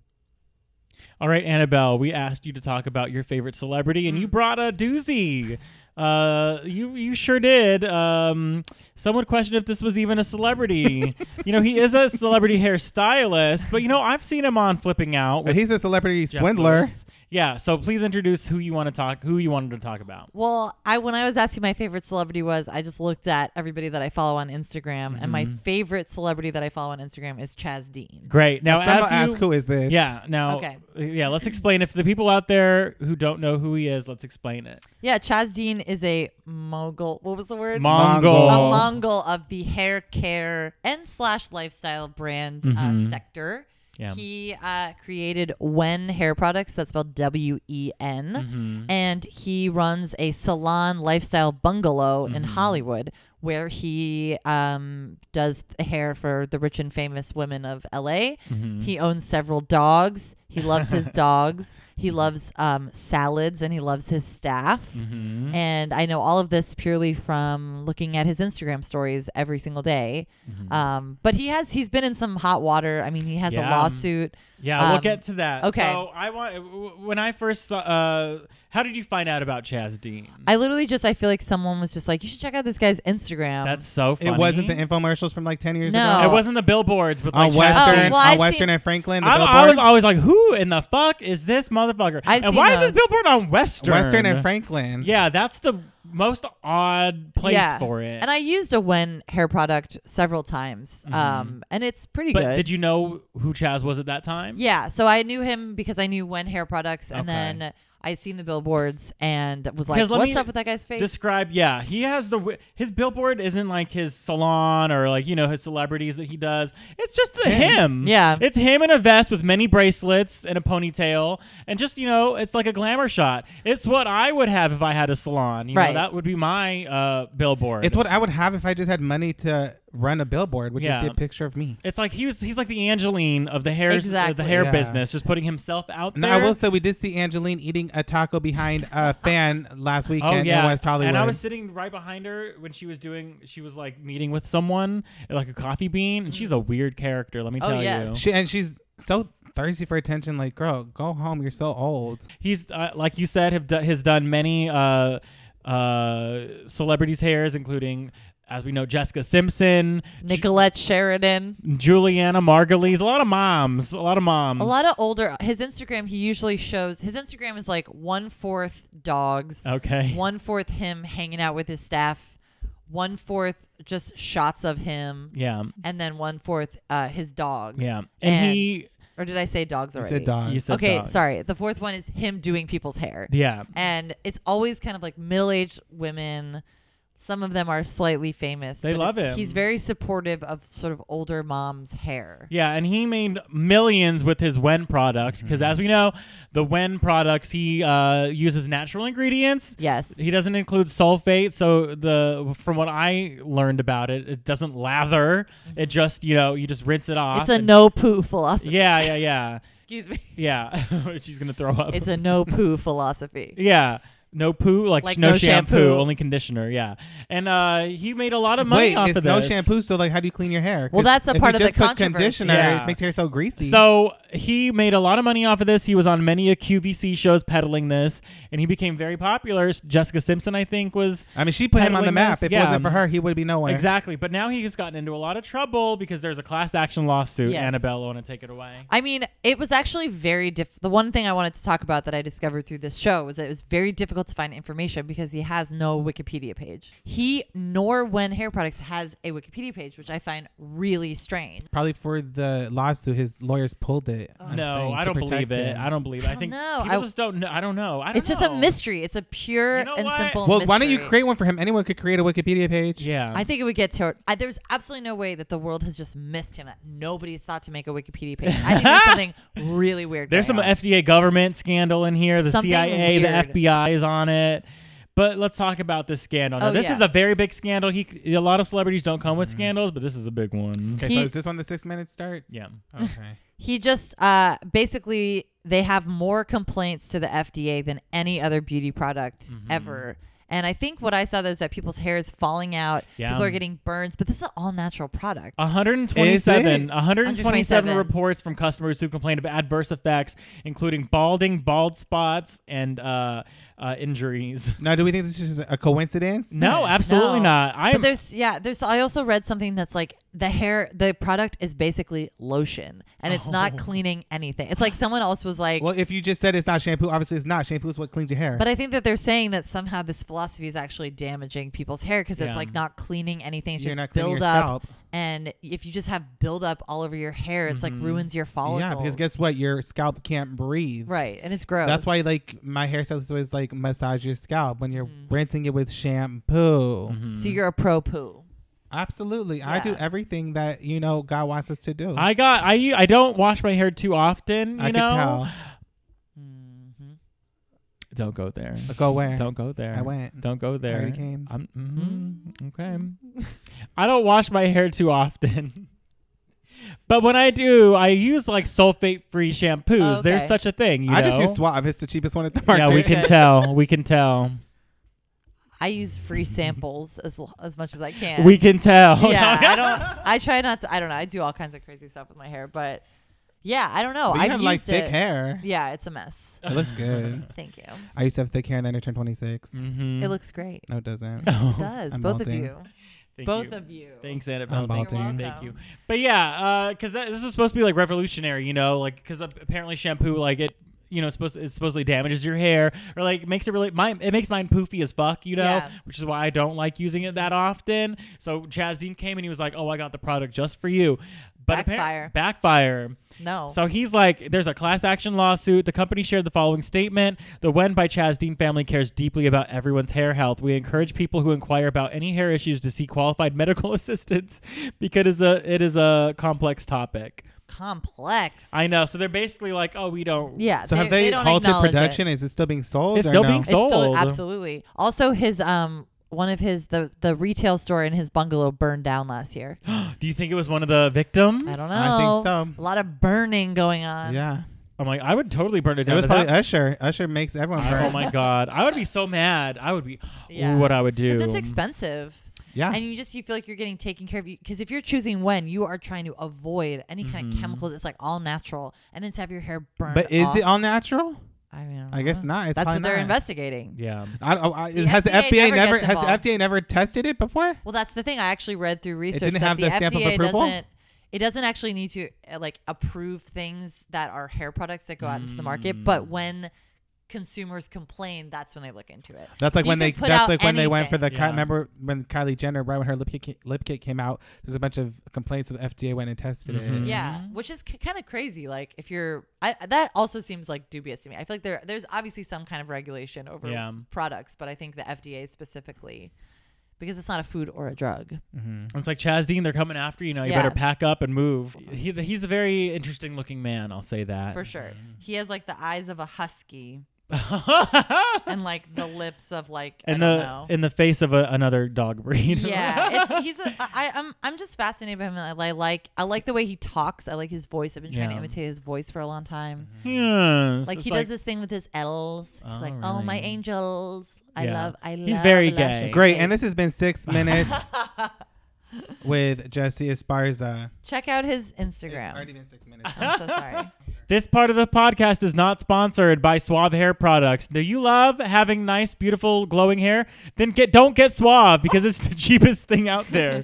Speaker 2: All right, Annabelle. We asked you to talk about your favorite celebrity,
Speaker 3: Mm.
Speaker 2: and you brought a doozy. Uh, you you sure did. Um, someone questioned if this was even a celebrity. you know, he is a celebrity hairstylist, but you know, I've seen him on Flipping Out. with
Speaker 1: He's a celebrity
Speaker 2: Jeff
Speaker 1: swindler.
Speaker 2: Lewis. Yeah. So please introduce who you want to talk, who you wanted to talk about.
Speaker 3: Well, I when I was asked who my favorite celebrity was, I just looked at everybody that I follow on Instagram, and my
Speaker 1: Mm-hmm.
Speaker 3: favorite celebrity that I follow on Instagram is Chaz Dean.
Speaker 2: Great. Now,
Speaker 1: Someone
Speaker 2: as you,
Speaker 1: asked, who is this?
Speaker 2: Yeah. Now,
Speaker 3: Okay.
Speaker 2: yeah, let's explain. If the people out there who don't know who he is, let's explain it.
Speaker 3: Yeah, Chaz Dean is a mogul. What was the word?
Speaker 2: Mongol.
Speaker 3: a Mongol of the hair care and slash lifestyle brand uh, sector.
Speaker 2: Yeah.
Speaker 3: He uh, created Wen Hair Products, that's spelled W E
Speaker 2: Mm-hmm.
Speaker 3: N, and he runs a salon lifestyle bungalow in Hollywood where he um, does the hair for the rich and famous women of LA. He owns several dogs. He loves his dogs. He loves um, salads and he loves his staff.
Speaker 2: Mm-hmm.
Speaker 3: And I know all of this purely from looking at his Instagram stories every single day. Um, but he has he's been in some hot water. I mean, he has
Speaker 2: Mm-hmm.
Speaker 3: a
Speaker 2: Yeah.
Speaker 3: lawsuit.
Speaker 2: Yeah, we'll
Speaker 3: Um,
Speaker 2: get to that.
Speaker 3: okay.
Speaker 2: So I want w- when I first saw. Uh, how did you find out about Chaz Dean?
Speaker 3: I literally just I feel like someone was just like, you should check out this guy's Instagram.
Speaker 2: That's so funny.
Speaker 1: It wasn't the infomercials from like 10 years
Speaker 3: No.
Speaker 1: ago.
Speaker 2: It wasn't the billboards with
Speaker 1: On
Speaker 2: like
Speaker 1: Western,
Speaker 2: Chaz Dean.
Speaker 3: Oh. well,
Speaker 1: on
Speaker 3: I've
Speaker 1: Western
Speaker 3: seen-
Speaker 1: and Franklin, the
Speaker 2: I'm, I was
Speaker 1: billboard.
Speaker 2: always like, who in the fuck is this motherfucker?
Speaker 3: I've
Speaker 2: and
Speaker 3: seen
Speaker 2: why is
Speaker 3: those.
Speaker 2: this billboard on Western?
Speaker 1: Western and Franklin.
Speaker 2: Yeah, that's the most odd place for it. Mm-hmm.
Speaker 3: And I used a Wen hair product several times. Um, and it's pretty
Speaker 2: but
Speaker 3: good.
Speaker 2: did you know who Chaz was at that time?
Speaker 3: yeah, so I knew him because I knew Wen hair products, and
Speaker 2: Okay.
Speaker 3: then I seen the billboards and was like,
Speaker 2: Because let
Speaker 3: what's
Speaker 2: me
Speaker 3: up with that guy's face?
Speaker 2: Describe, yeah. He has the wi- his billboard isn't like his salon or like you know his celebrities that he does. It's just the him.
Speaker 3: Yeah.
Speaker 2: it's him in a vest with many bracelets and a ponytail, and just you know it's like a glamour shot. It's what I would have if I had a salon. You know,
Speaker 3: Right.
Speaker 2: that would be my uh, billboard.
Speaker 1: It's what I would have if I just had money to run a billboard, which
Speaker 2: Yeah.
Speaker 1: is a picture of me.
Speaker 2: It's like he was, he's like the Angeline of the hair
Speaker 3: Exactly.
Speaker 2: the hair
Speaker 1: Yeah.
Speaker 2: business, just putting himself out
Speaker 1: Now,
Speaker 2: there.
Speaker 1: I will say we did see Angeline eating a taco behind a fan last weekend
Speaker 2: Oh yeah,
Speaker 1: in West Hollywood.
Speaker 2: and I was sitting right behind her when she was doing. She was like meeting with someone, like a coffee bean, and she's a weird character. Let me
Speaker 3: Mm. Oh,
Speaker 2: tell
Speaker 3: yes.
Speaker 2: you,
Speaker 1: she, and she's so thirsty for attention. Like, girl, go home. You're so old.
Speaker 2: he's uh, like you said, have do- has done many uh, uh, celebrities' hairs, including as we know Jessica Simpson, Ju-
Speaker 3: Nicolette Sheridan.
Speaker 2: Juliana Margulies, a lot of moms, a lot of moms,
Speaker 3: A lot of older. His Instagram, he usually shows. His Instagram is like one fourth dogs,
Speaker 2: okay,
Speaker 3: one fourth him hanging out with his staff, one fourth just shots of him,
Speaker 2: yeah,
Speaker 3: and then one fourth uh, his dogs.
Speaker 2: yeah, and, he
Speaker 3: or did I say dogs
Speaker 1: It's
Speaker 3: already?
Speaker 1: a dog.
Speaker 2: you said
Speaker 3: okay,
Speaker 2: dogs.
Speaker 3: sorry. The fourth one is him doing people's hair,
Speaker 2: yeah.
Speaker 3: and it's always kind of like middle aged women. Some of them are slightly famous.
Speaker 2: They
Speaker 3: but
Speaker 2: love
Speaker 3: it's- He's
Speaker 2: him.
Speaker 3: very supportive of sort of older mom's hair.
Speaker 2: Yeah, and he made millions with his Wen product because,
Speaker 1: Mm-hmm.
Speaker 2: as we know, the Wen products he uh, uses natural ingredients.
Speaker 3: Yes.
Speaker 2: He doesn't include sulfate, so the from what I learned about it, it doesn't lather.
Speaker 1: Mm-hmm.
Speaker 2: It just you know you just rinse it off.
Speaker 3: It's a
Speaker 2: and-
Speaker 3: no poo philosophy.
Speaker 2: Yeah, yeah, yeah,
Speaker 3: Excuse me.
Speaker 2: yeah. She's gonna throw up.
Speaker 3: It's a no poo philosophy.
Speaker 2: yeah. no poo, like,
Speaker 3: Like
Speaker 2: no,
Speaker 3: no
Speaker 2: shampoo,
Speaker 3: shampoo.
Speaker 2: only conditioner. Yeah, and uh, he made a lot of money
Speaker 1: Wait,
Speaker 2: off
Speaker 1: it's
Speaker 2: of
Speaker 1: no
Speaker 2: this.
Speaker 1: shampoo, so like, how do you clean your hair? 'Cause
Speaker 3: Well, that's a
Speaker 1: if you
Speaker 3: part of
Speaker 1: just
Speaker 3: the
Speaker 1: put
Speaker 3: controversy.
Speaker 1: Conditioner,
Speaker 2: Yeah.
Speaker 1: it makes your hair so greasy.
Speaker 2: So he made a lot of money off of this. He was on many a QVC shows peddling this, and he became very popular. Jessica Simpson, I think, was
Speaker 1: I mean, she put him on the
Speaker 2: peddling
Speaker 1: map.
Speaker 2: this-
Speaker 1: If
Speaker 2: yeah.
Speaker 1: it wasn't for her, he would be nowhere.
Speaker 2: exactly. But now he's gotten into a lot of trouble because there's a class action lawsuit.
Speaker 3: Yes.
Speaker 2: Annabelle, want to take it away?
Speaker 3: I mean, it was actually very diff. The one thing I wanted to talk about that I discovered through this show was that it was very difficult to find information because he has no Wikipedia page. He nor When Hair Products has a Wikipedia page, which I find really strange.
Speaker 1: Probably for the lawsuit, his lawyers pulled it.
Speaker 3: Oh.
Speaker 1: I'm
Speaker 2: no,
Speaker 1: saying,
Speaker 2: I
Speaker 1: to
Speaker 2: don't
Speaker 1: protect
Speaker 2: believe it.
Speaker 1: him.
Speaker 2: I don't believe. it. I think
Speaker 3: know.
Speaker 2: people
Speaker 3: I-
Speaker 2: just don't know. I don't know. I don't
Speaker 3: It's just a
Speaker 2: know.
Speaker 3: mystery. It's a pure
Speaker 2: You know
Speaker 3: and
Speaker 2: what?
Speaker 3: simple.
Speaker 1: Well, why don't you
Speaker 3: mystery.
Speaker 1: create one for him? Anyone could create a Wikipedia page.
Speaker 2: Yeah.
Speaker 3: I think it would get to. I, there's absolutely no way that the world has just missed him. That nobody's thought to make a Wikipedia page. I think there's something really weird.
Speaker 2: There's some
Speaker 3: going on.
Speaker 2: FDA government scandal in here. The
Speaker 3: Something
Speaker 2: CIA,
Speaker 3: weird.
Speaker 2: the FBI is on it. But let's talk about this scandal. Now,
Speaker 3: Oh,
Speaker 2: this
Speaker 3: yeah.
Speaker 2: is a very big scandal. He, a lot of celebrities don't come with scandals, but this is a big one.
Speaker 1: Mm-hmm. Okay,
Speaker 3: He-
Speaker 1: so is this when the six minutes starts?
Speaker 2: Yeah.
Speaker 1: Okay.
Speaker 3: He just uh, basically they have more complaints to the FDA than any other beauty product
Speaker 2: Mm-hmm.
Speaker 3: ever. And I think what I saw is that people's hair is falling out.
Speaker 2: Yeah.
Speaker 3: People are getting burns, but this is an all natural product.
Speaker 2: 127
Speaker 1: Is it?
Speaker 2: 127
Speaker 3: 127.
Speaker 2: reports from customers who complained of adverse effects including balding bald spots and uh, uh, injuries
Speaker 1: Now, do we think this is just a coincidence?
Speaker 2: no absolutely
Speaker 3: No.
Speaker 2: not i'm
Speaker 3: but there's yeah, there's I also read something that's like the hair the product is basically lotion and it's
Speaker 2: Oh.
Speaker 3: not cleaning anything. It's like someone else was like
Speaker 1: Well, if you just said it's not shampoo, obviously it's not. Shampoo is what cleans your hair.
Speaker 3: But I think that they're saying that somehow this philosophy is actually damaging people's hair because
Speaker 2: Yeah.
Speaker 3: it's like not cleaning anything. It's
Speaker 1: You're
Speaker 3: just
Speaker 1: not cleaning your
Speaker 3: build up,
Speaker 1: scalp.
Speaker 3: and if you just have build up all over your hair, it's like ruins your follicles.
Speaker 1: Mm-hmm. yeah, because guess what? Your scalp can't breathe.
Speaker 3: right, and it's gross.
Speaker 1: That's why, like, my hairstylist always like massage your scalp when you're
Speaker 3: Mm-hmm.
Speaker 1: rinsing it with shampoo.
Speaker 2: Mm-hmm.
Speaker 3: So you're a pro poo.
Speaker 1: Absolutely, I do
Speaker 3: Yeah.
Speaker 1: everything that you know God wants us to do.
Speaker 2: i got i i don't wash my hair too often you
Speaker 1: I could
Speaker 2: know
Speaker 1: tell.
Speaker 2: Mm-hmm. don't go there
Speaker 1: Go where?
Speaker 2: don't go there
Speaker 1: I went.
Speaker 2: don't go there
Speaker 1: already came.
Speaker 2: I'm,
Speaker 3: Hmm?
Speaker 2: mhm, okay i don't wash my hair too often but when i do i use like sulfate free shampoos there's
Speaker 3: Oh, Okay.
Speaker 2: such a thing you
Speaker 1: I
Speaker 2: know?
Speaker 1: just use Suave. It's the cheapest one at the market.
Speaker 2: yeah we can tell we can tell
Speaker 3: I use free samples as l- as much as I can.
Speaker 2: We can
Speaker 1: oh,
Speaker 2: tell.
Speaker 3: yeah, I don't. I try not to. I don't know. I do all kinds of crazy stuff with my hair, but yeah, I don't know.
Speaker 1: But you
Speaker 3: Oh, I've
Speaker 1: have
Speaker 3: used
Speaker 1: like thick
Speaker 3: it.
Speaker 1: hair.
Speaker 3: Yeah, it's a mess.
Speaker 1: It looks good.
Speaker 3: Thank you.
Speaker 1: I used to have thick hair, and then I turned
Speaker 3: Mm.
Speaker 1: 26.
Speaker 2: Mhm.
Speaker 3: It looks great.
Speaker 1: Mm. No, it doesn't.
Speaker 3: It does
Speaker 1: I'm
Speaker 3: both
Speaker 1: balding.
Speaker 3: of you.
Speaker 2: Thank
Speaker 3: both
Speaker 2: you.
Speaker 3: of you.
Speaker 2: Thanks, Annabelle.
Speaker 1: I'm
Speaker 2: Thank,
Speaker 1: balding.
Speaker 3: You're
Speaker 2: thank you.
Speaker 3: welcome.
Speaker 2: But yeah, because that this was supposed to be like revolutionary, you know, like because apparently shampoo, like it, you know, supposed it supposedly damages your hair or like makes it really mine. It makes mine poofy as fuck, you know,
Speaker 3: Yeah.
Speaker 2: which is why I don't like using it that often. So Chaz Dean came and he was like, "Oh, I got the product just for you." But appar-
Speaker 3: Backfire.
Speaker 2: backfire.
Speaker 3: No.
Speaker 2: So he's like, there's a class action lawsuit. The company shared the following statement. The Wen by Chaz Dean family cares deeply about everyone's hair health. We encourage people who inquire about any hair issues to seek qualified medical assistance because it is a, it is a complex topic.
Speaker 3: complex.
Speaker 2: I know. So they're basically like, oh, we don't.
Speaker 3: yeah.
Speaker 1: So have
Speaker 3: they,
Speaker 1: they,
Speaker 3: don't
Speaker 1: halted
Speaker 3: acknowledge It.
Speaker 1: production? Is it still being sold?
Speaker 2: It's
Speaker 1: or
Speaker 2: still
Speaker 1: no?
Speaker 2: being
Speaker 3: It's still-
Speaker 2: sold.
Speaker 3: absolutely. Also, his um, one of his the the retail store in his bungalow burned down last year.
Speaker 2: Do you think it was one of the victims?
Speaker 3: I don't know.
Speaker 1: I think so.
Speaker 3: A lot of burning going on.
Speaker 1: Yeah,
Speaker 2: I'm like, I would totally burn it
Speaker 1: it
Speaker 2: down.
Speaker 1: was
Speaker 2: to
Speaker 1: probably
Speaker 2: that-
Speaker 1: Usher. Usher makes everyone burn.
Speaker 2: oh my god, I would be so mad. I would be.
Speaker 3: Yeah.
Speaker 2: Ooh, what I would do.
Speaker 3: Because it's expensive,
Speaker 1: Yeah,
Speaker 3: and you just you feel like you're getting taken care of. Because if you're choosing when, you are trying to avoid any kind
Speaker 2: Mm-hmm.
Speaker 3: of chemicals. It's like all natural, and then to have your hair burned.
Speaker 1: but is
Speaker 3: off,
Speaker 1: it all natural?
Speaker 3: I mean,
Speaker 1: I guess not. It's
Speaker 3: That's
Speaker 1: probably
Speaker 3: what they're
Speaker 1: not.
Speaker 3: investigating.
Speaker 2: Yeah.
Speaker 1: I, don't- I,
Speaker 3: The
Speaker 1: has the
Speaker 3: FDA
Speaker 1: FDA
Speaker 3: never
Speaker 1: never,
Speaker 3: gets
Speaker 1: has the
Speaker 3: involved.
Speaker 1: FDA never tested it before?
Speaker 3: Well, that's the thing. I actually read through research
Speaker 1: didn't
Speaker 3: that
Speaker 1: have
Speaker 3: the
Speaker 1: the stamp of
Speaker 3: FDA
Speaker 1: approval?
Speaker 3: doesn't. It doesn't actually need to uh, like approve things that are hair products that go out into the market,
Speaker 1: Mm.
Speaker 3: but when consumers complain, that's when they look into it.
Speaker 1: That's like
Speaker 3: So you
Speaker 1: when
Speaker 3: can
Speaker 1: they.
Speaker 3: put
Speaker 1: That's
Speaker 3: out
Speaker 1: like when they went for the.
Speaker 3: anything.
Speaker 1: Ki-
Speaker 2: Yeah.
Speaker 1: remember when Kylie Jenner, right when her lip kit, ca- lip kit came out, there's a bunch of complaints. So the FDA went and tested
Speaker 2: Mhm.
Speaker 1: it.
Speaker 3: Mm-hmm. Yeah, which is c- kind of crazy. Like if you're, I, that also seems like dubious to me. I feel like there there's obviously some kind of regulation over
Speaker 2: Yeah.
Speaker 3: products, but I think the FDA specifically because it's not a food or a drug.
Speaker 1: Mm-hmm.
Speaker 2: It's like Chaz Dean, they're coming after you now. You
Speaker 3: Yeah.
Speaker 2: better pack up and move. He,
Speaker 1: Uh,
Speaker 2: he's a very interesting looking man, I'll say that.
Speaker 1: mm-hmm.
Speaker 3: For sure. He has like the eyes of a husky.
Speaker 2: and
Speaker 3: and like the lips of like I
Speaker 2: in
Speaker 3: don't
Speaker 2: the
Speaker 3: know.
Speaker 2: in the face of a, another dog breed.
Speaker 3: yeah, it's, he's. A, I, I'm. I'm just fascinated by him. I, I like. I like the way he talks. I like his voice. I've been trying
Speaker 2: Yeah.
Speaker 3: to imitate his voice for a long time.
Speaker 2: Yes,
Speaker 3: Like
Speaker 2: it's
Speaker 3: he does this thing with his L's. He's
Speaker 2: Oh,
Speaker 3: like, "Oh my
Speaker 2: really?
Speaker 3: angels, I
Speaker 2: Yeah.
Speaker 3: love, I love."
Speaker 2: He's very
Speaker 3: love
Speaker 2: gay.
Speaker 3: you."
Speaker 1: Great. And this has been six minutes with Jesse Esparza.
Speaker 3: Check out his
Speaker 1: It's
Speaker 3: Instagram.
Speaker 1: already been six minutes.
Speaker 3: I'm so sorry.
Speaker 2: This part of the podcast is not sponsored by Suave Hair Products. Do you love having nice, beautiful, glowing hair? Then get don't get Suave because it's the cheapest thing out there.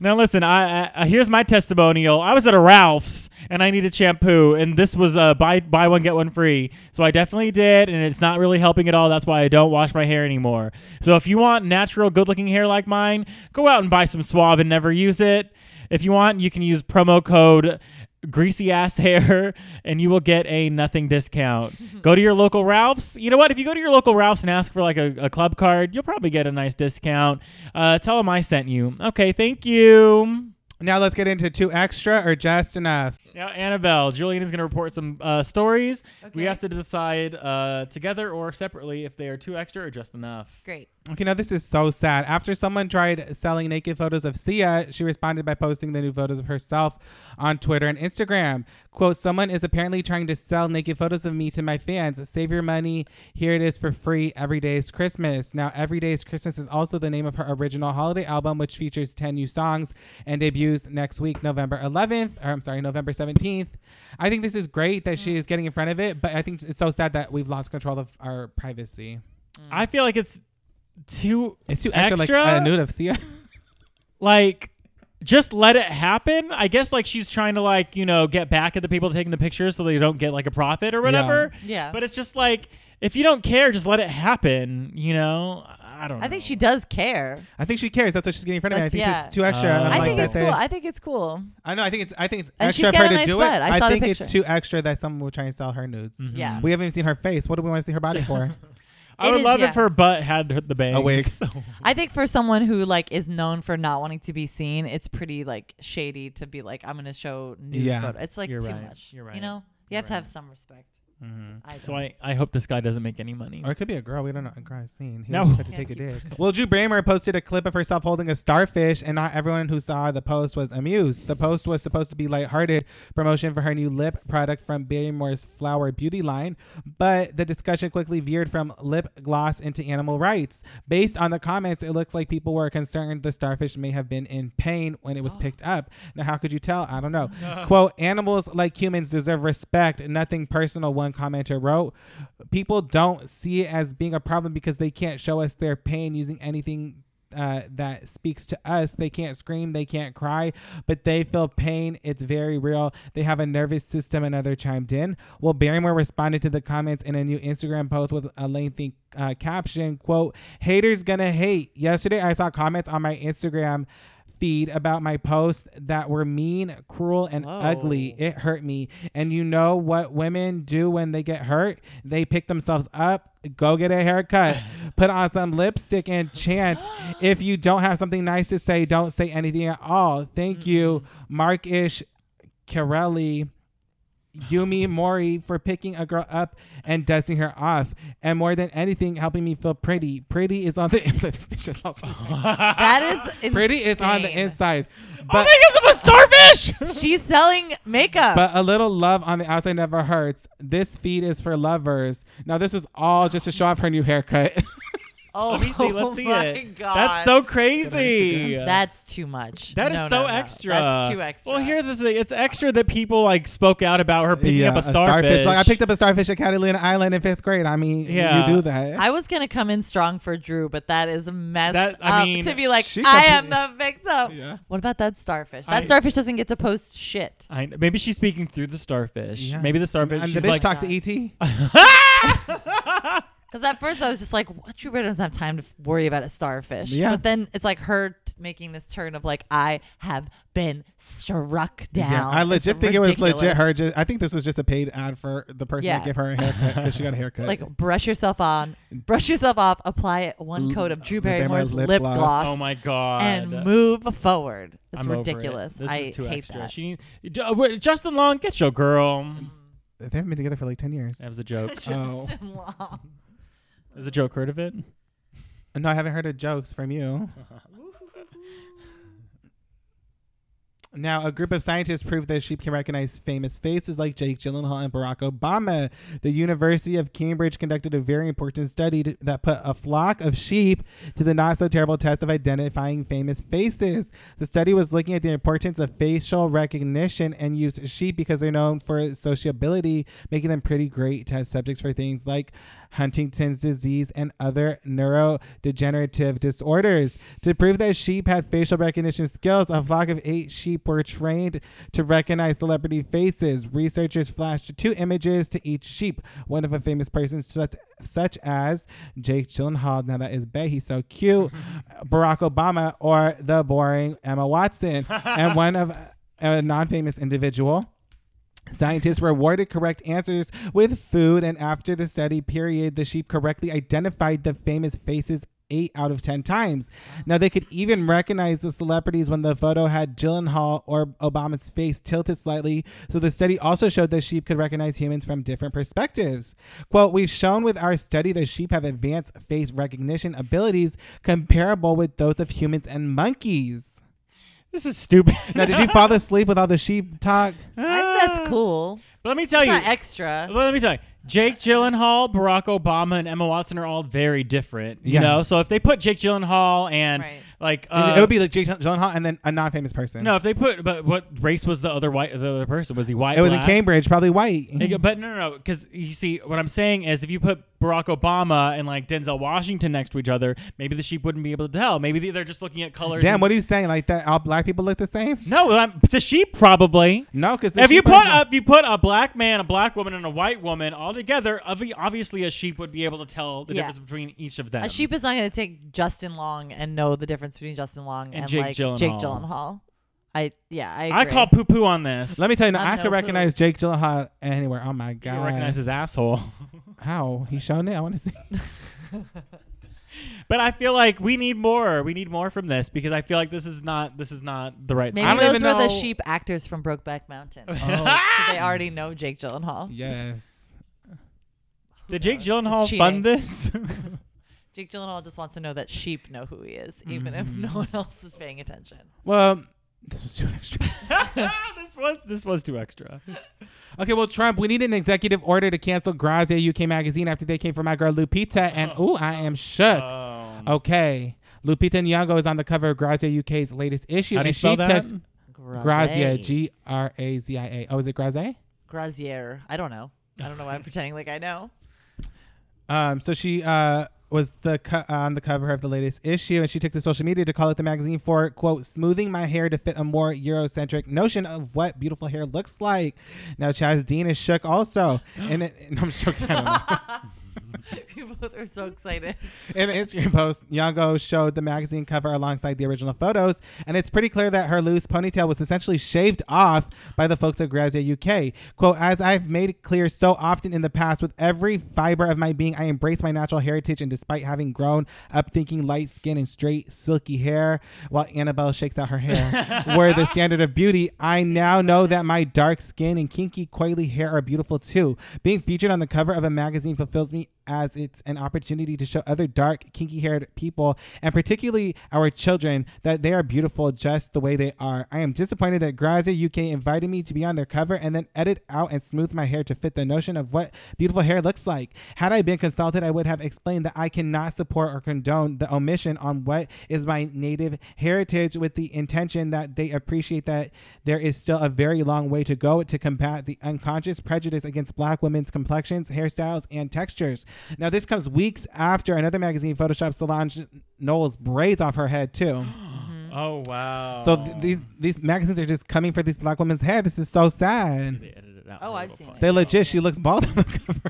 Speaker 2: now listen, I, I- I here's my testimonial. I was at a Ralph's and I needed shampoo, and this was a buy buy one get one free. So I definitely did, and it's not really helping at all. That's why I don't wash my hair anymore. So if you want natural, good-looking hair like mine, go out and buy some Suave and never use it. If you want, you can use promo code greasy ass hair and you will get a nothing discount. go to your local Ralph's. You know what? If you go to your local Ralph's and ask for like a, a club card, you'll probably get a nice discount. Uh, tell them I sent you. Okay, thank you.
Speaker 1: Now let's get into two extra or just enough.
Speaker 2: Now, Annabelle, Julian is going to report some uh, stories. We
Speaker 3: Okay.
Speaker 2: have to decide uh, together or separately if they are too extra or just enough.
Speaker 3: Great.
Speaker 1: Okay, now this is so sad. After someone tried selling naked photos of Sia, she responded by posting the new photos of herself on Twitter and Instagram. Quote, someone is apparently trying to sell naked photos of me to my fans. Save your money. Here it is for free. Every day is Christmas. Now, Every Day is Christmas is also the name of her original holiday album, which features 10 new songs and debuts next week, November 11th, or I'm sorry, November 17th. I think this is great that she is getting in front of it, but I think it's so sad that we've lost control of our privacy.
Speaker 2: I feel like it's too
Speaker 1: It's too extra,
Speaker 2: Extra?
Speaker 1: like a nude of Sia.
Speaker 2: like just let it happen. I guess like she's trying to like, you know, get back at the people taking the pictures so they don't get like a profit or whatever.
Speaker 3: Yeah.
Speaker 2: But it's just like if you don't care, just let it happen, you know? I don't know.
Speaker 3: I think she does care.
Speaker 1: I think she cares. That's what she's getting in front of me. I
Speaker 3: That's-
Speaker 1: think
Speaker 3: yeah.
Speaker 1: it's too extra.
Speaker 2: Uh,
Speaker 1: I'm
Speaker 3: I,
Speaker 1: like,
Speaker 3: think it's
Speaker 1: that's
Speaker 3: cool.
Speaker 1: it.
Speaker 3: I think it's cool.
Speaker 1: I know. I think it's. I think it's
Speaker 3: And she's
Speaker 1: extra for
Speaker 3: got
Speaker 1: her
Speaker 3: a
Speaker 1: to
Speaker 3: nice
Speaker 1: do it.
Speaker 3: butt. I saw the
Speaker 1: think it's
Speaker 3: picture.
Speaker 1: too extra that someone will try and sell her nudes.
Speaker 2: Mm.
Speaker 3: Yeah.
Speaker 1: We haven't even seen her face. What do we want to see her body for?
Speaker 2: Mm-hmm. I
Speaker 3: It
Speaker 2: would
Speaker 3: is-
Speaker 2: love
Speaker 3: yeah.
Speaker 2: if her butt had her- the bangs.
Speaker 1: wig.
Speaker 3: I think for someone who like is known for not wanting to be seen, it's pretty like shady to be like, I'm gonna show nude
Speaker 1: Yeah.
Speaker 3: photo. It's like
Speaker 2: You're
Speaker 3: too
Speaker 2: right.
Speaker 3: much.
Speaker 2: You're right.
Speaker 3: You know, you
Speaker 2: You're
Speaker 3: have to have
Speaker 2: right. Mm-hmm.
Speaker 3: some respect.
Speaker 1: Mhm.
Speaker 3: I
Speaker 2: so
Speaker 3: don't.
Speaker 2: I, I hope this guy doesn't make any money.
Speaker 1: Or it could be a girl. We don't know. A girl I've seen. He
Speaker 2: No.
Speaker 1: had to
Speaker 3: Can't
Speaker 1: take a dick.
Speaker 3: keep-
Speaker 1: Well, Drew Bramer posted a clip of herself holding a starfish, and not everyone who saw the post was amused. The post was supposed to be lighthearted promotion for her new lip product from Barrymore's Flower Beauty line, but the discussion quickly veered from lip gloss into animal rights. Based on the comments, it looks like people were concerned the starfish may have been in pain when it was picked up. Now, how could you tell? I don't know. Quote, animals like humans deserve respect, nothing personal, one commenter wrote. People don't see it as being a problem because they can't show us their pain using anything uh, that speaks to us. They can't scream, they can't cry, but they feel pain. It's very real. They have a nervous system, another chimed in. Well, Barrymore responded to the comments in a new Instagram post with a lengthy uh, caption, quote, haters gonna hate. Yesterday, I saw comments on my Instagram feed about my posts that were mean, cruel, and
Speaker 3: Whoa.
Speaker 1: ugly. It hurt me. And you know what women do when they get hurt? They pick themselves up, go get a haircut, put on some lipstick, and chant. if you don't have something nice to say, don't say anything at all. Thank you, Mark Ish Carelli. Yumi Mori for picking a girl up and dusting her off, and more than anything, helping me feel pretty. Pretty is on the inside. This bitch is lost my mind.
Speaker 3: that is insane.
Speaker 1: Pretty is on the inside.
Speaker 2: I
Speaker 1: But
Speaker 2: think Oh it's a starfish!
Speaker 3: She's selling makeup.
Speaker 1: but a little love on the outside never hurts. This feed is for lovers. Now this is all just to show off her new haircut.
Speaker 3: oh,
Speaker 2: Let me see. Let's see
Speaker 3: my
Speaker 2: it.
Speaker 3: God.
Speaker 2: That's so crazy.
Speaker 3: That's too much.
Speaker 2: That is
Speaker 3: No,
Speaker 2: so
Speaker 3: no, no.
Speaker 2: extra.
Speaker 3: That's too extra.
Speaker 2: Well, here's the thing. It's extra that people like spoke out about her picking up a starfish.
Speaker 1: Like I picked up a starfish at Catalina Island in fifth grade. I mean,
Speaker 2: Yeah.
Speaker 1: you do that.
Speaker 3: I was gonna come in strong for Drew, but that is messed
Speaker 2: That- I
Speaker 3: up
Speaker 2: mean,
Speaker 3: to be like,
Speaker 1: she
Speaker 3: I am
Speaker 1: completely-
Speaker 3: the victim.
Speaker 1: Yeah.
Speaker 3: What about that starfish? That
Speaker 2: I-
Speaker 3: starfish doesn't get to post shit.
Speaker 2: I, maybe she's speaking through the starfish.
Speaker 1: Yeah.
Speaker 2: Maybe the starfish.
Speaker 1: and the
Speaker 2: she's
Speaker 1: bitch
Speaker 2: like, "Uh,
Speaker 1: talked to E ET.
Speaker 3: Because at first I was just like, what Drew Barrymore doesn't have time to f- worry about a starfish.
Speaker 1: Yeah.
Speaker 3: But then it's like her t- making this turn of like, I have been struck down.
Speaker 1: Yeah, I
Speaker 3: It's
Speaker 1: legit think it was legit
Speaker 3: ridiculous.
Speaker 1: her. Just, I think this was just a paid ad for the person
Speaker 3: Yeah.
Speaker 1: that gave her a haircut because she got a haircut.
Speaker 3: Like brush yourself on, brush yourself off, apply it one
Speaker 1: L-
Speaker 3: coat of Drew
Speaker 1: Drew Barrymore's
Speaker 3: Barrymore's
Speaker 1: lip
Speaker 3: lip
Speaker 1: gloss.
Speaker 3: gloss,
Speaker 2: oh my god.
Speaker 3: and move forward. It's
Speaker 2: I'm over it.
Speaker 3: ridiculous.
Speaker 2: This
Speaker 3: I
Speaker 2: is too
Speaker 3: hate
Speaker 2: extra. uh,
Speaker 3: that. Mm.
Speaker 2: She, need- Ju- wait, Justin Long, get your girl.
Speaker 1: They haven't been together for like 10 years.
Speaker 2: That was a joke. It
Speaker 1: Oh.
Speaker 3: Justin Long.
Speaker 2: was a joke. Heard of it?
Speaker 1: No, I haven't heard of jokes from you. Now, a group of scientists proved that sheep can recognize famous faces like Jake Gyllenhaal and Barack Obama. The University of Cambridge conducted a very important study to, that put a flock of sheep to the not so terrible test of identifying famous faces. The study was looking at the importance of facial recognition and used sheep because they're known for sociability, making them pretty great test subjects for things like Huntington's disease and other neurodegenerative disorders. To prove that sheep had facial recognition skills, a flock of eight sheep were trained to recognize celebrity faces. Researchers flashed two images to each sheep, one of a famous person such, such as Jake Gyllenhaal. Now that is Bay, he's so cute. Barack Obama or the boring Emma Watson, and one of a non-famous individual. Scientists rewarded correct answers with food, and after the study period, the sheep correctly identified the famous faces eight out of ten times. Now they could even recognize the celebrities when the photo had Gyllenhaal or Obama's face tilted slightly. So the study also showed that sheep could recognize humans from different perspectives. Quote, we've shown with our study that sheep have advanced face recognition abilities comparable with those of humans and monkeys.
Speaker 2: This is stupid.
Speaker 1: Now, did you fall asleep with all the sheep talk?
Speaker 3: I think that's cool.
Speaker 2: But let me tell
Speaker 3: It's
Speaker 2: you.
Speaker 3: not extra.
Speaker 2: Well, let me tell you. Jake Gyllenhaal, Barack Obama, and Emma Watson are all very different. You
Speaker 1: Yeah.
Speaker 2: know, so if they put Jake Gyllenhaal and
Speaker 3: Right.
Speaker 2: like
Speaker 1: And
Speaker 2: uh,
Speaker 1: it would be like Jake Gyllenhaal and then a non-famous person.
Speaker 2: no, if they put but what race was the other white the other person was he white?
Speaker 1: it was in
Speaker 2: black?
Speaker 1: Cambridge, probably white.
Speaker 2: Like, But no, no, no, because you see, what I'm saying is, if you put Barack Obama and like Denzel Washington next to each other, maybe the sheep wouldn't be able to tell. Maybe they- they're just looking at colors.
Speaker 1: Damn,
Speaker 2: and-
Speaker 1: what are you saying? Like that all black people look the same?
Speaker 2: No, I'm, it's a sheep probably.
Speaker 1: No, because
Speaker 2: If you put a, if you put a black man, a black woman, and a white woman all together, obvi- obviously a sheep would be able to tell the
Speaker 3: Yeah.
Speaker 2: difference between each of
Speaker 1: Uh,
Speaker 2: them.
Speaker 3: A sheep is not going to take Justin Long and know the difference between Justin Long and,
Speaker 2: Jake
Speaker 3: like Jake
Speaker 2: Gyllenhaal.
Speaker 3: Gyllenhaal. I yeah, I agree.
Speaker 2: I call poo poo on this.
Speaker 1: Let me tell you, now,
Speaker 3: I
Speaker 1: I
Speaker 3: know
Speaker 1: could
Speaker 3: who.
Speaker 1: recognize Jake Gyllenhaal anywhere. Oh my
Speaker 2: you
Speaker 1: god!
Speaker 2: can recognize his asshole.
Speaker 1: How he shown it? I want to see.
Speaker 2: but I feel like we need more. We need more from this because I feel like this is not this is not the right.
Speaker 3: Maybe
Speaker 1: I don't
Speaker 3: those were
Speaker 1: even
Speaker 3: the
Speaker 1: know-
Speaker 3: sheep actors from Brokeback Mountain. so
Speaker 1: Oh
Speaker 3: they already know Jake Gyllenhaal.
Speaker 1: yes.
Speaker 2: Did Jake
Speaker 3: It's
Speaker 2: Gyllenhaal
Speaker 3: cheating.
Speaker 2: fund this?
Speaker 3: Jake Gyllenhaal just wants to know that sheep know who he is, even if
Speaker 1: Mm.
Speaker 3: no one else is paying attention.
Speaker 1: Well, this was too extra.
Speaker 2: this was this was too extra.
Speaker 1: Okay, well, Trump, we need an executive order to cancel Grazia UK magazine after they came for my girl Lupita, and ooh, I am shook.
Speaker 2: Uh,
Speaker 1: Um, okay, Lupita Nyong'o is on the cover of Grazia UK's latest issue,
Speaker 2: How do you
Speaker 1: and
Speaker 2: spell
Speaker 1: she
Speaker 2: that?
Speaker 1: took
Speaker 3: Mm-hmm.
Speaker 1: Grazia,
Speaker 3: Grazier.
Speaker 1: G R A Z I A. Oh, is it Grazia?
Speaker 3: Grazier. I don't know. I don't know why I'm pretending like I know.
Speaker 1: Um, so she uh, was the co- on the cover of the latest issue, and she took to social media to call out the magazine for quote smoothing my hair to fit a more Eurocentric notion of what beautiful hair looks like. Now Chaz Dean is shook also, and, it, and I'm shook. I don't know.
Speaker 3: you both are so excited.
Speaker 1: In the Instagram post, Yango showed the magazine cover alongside the original photos, and it's pretty clear that her loose ponytail was essentially shaved off by the folks at Grazia UK. Quote, as I've made clear so often in the past, with every fiber of my being, I embrace my natural heritage, and despite having grown up thinking light skin and straight, silky hair, while Annabelle shakes out her hair, were the standard of beauty, I now know that my dark skin and kinky, coily hair are beautiful too. Being featured on the cover of a magazine fulfills me as it's an opportunity to show other dark, kinky haired people, and particularly our children, that they are beautiful just the way they are. I am disappointed that Grazia UK invited me to be on their cover and then edit out and smooth my hair to fit the notion of what beautiful hair looks like. Had I been consulted, I would have explained that I cannot support or condone the omission on what is my native heritage with the intention that they appreciate that there is still a very long way to go to combat the unconscious prejudice against black women's complexions, hairstyles, and textures. Now, this comes weeks after another magazine photoshopped Solange Knowles' braids off her head, too.
Speaker 2: Oh wow.
Speaker 1: So th- these these magazines are just coming for these black women's hair. This is so sad.
Speaker 3: Oh, I've seen it.
Speaker 1: They legit. She looks bald on the cover.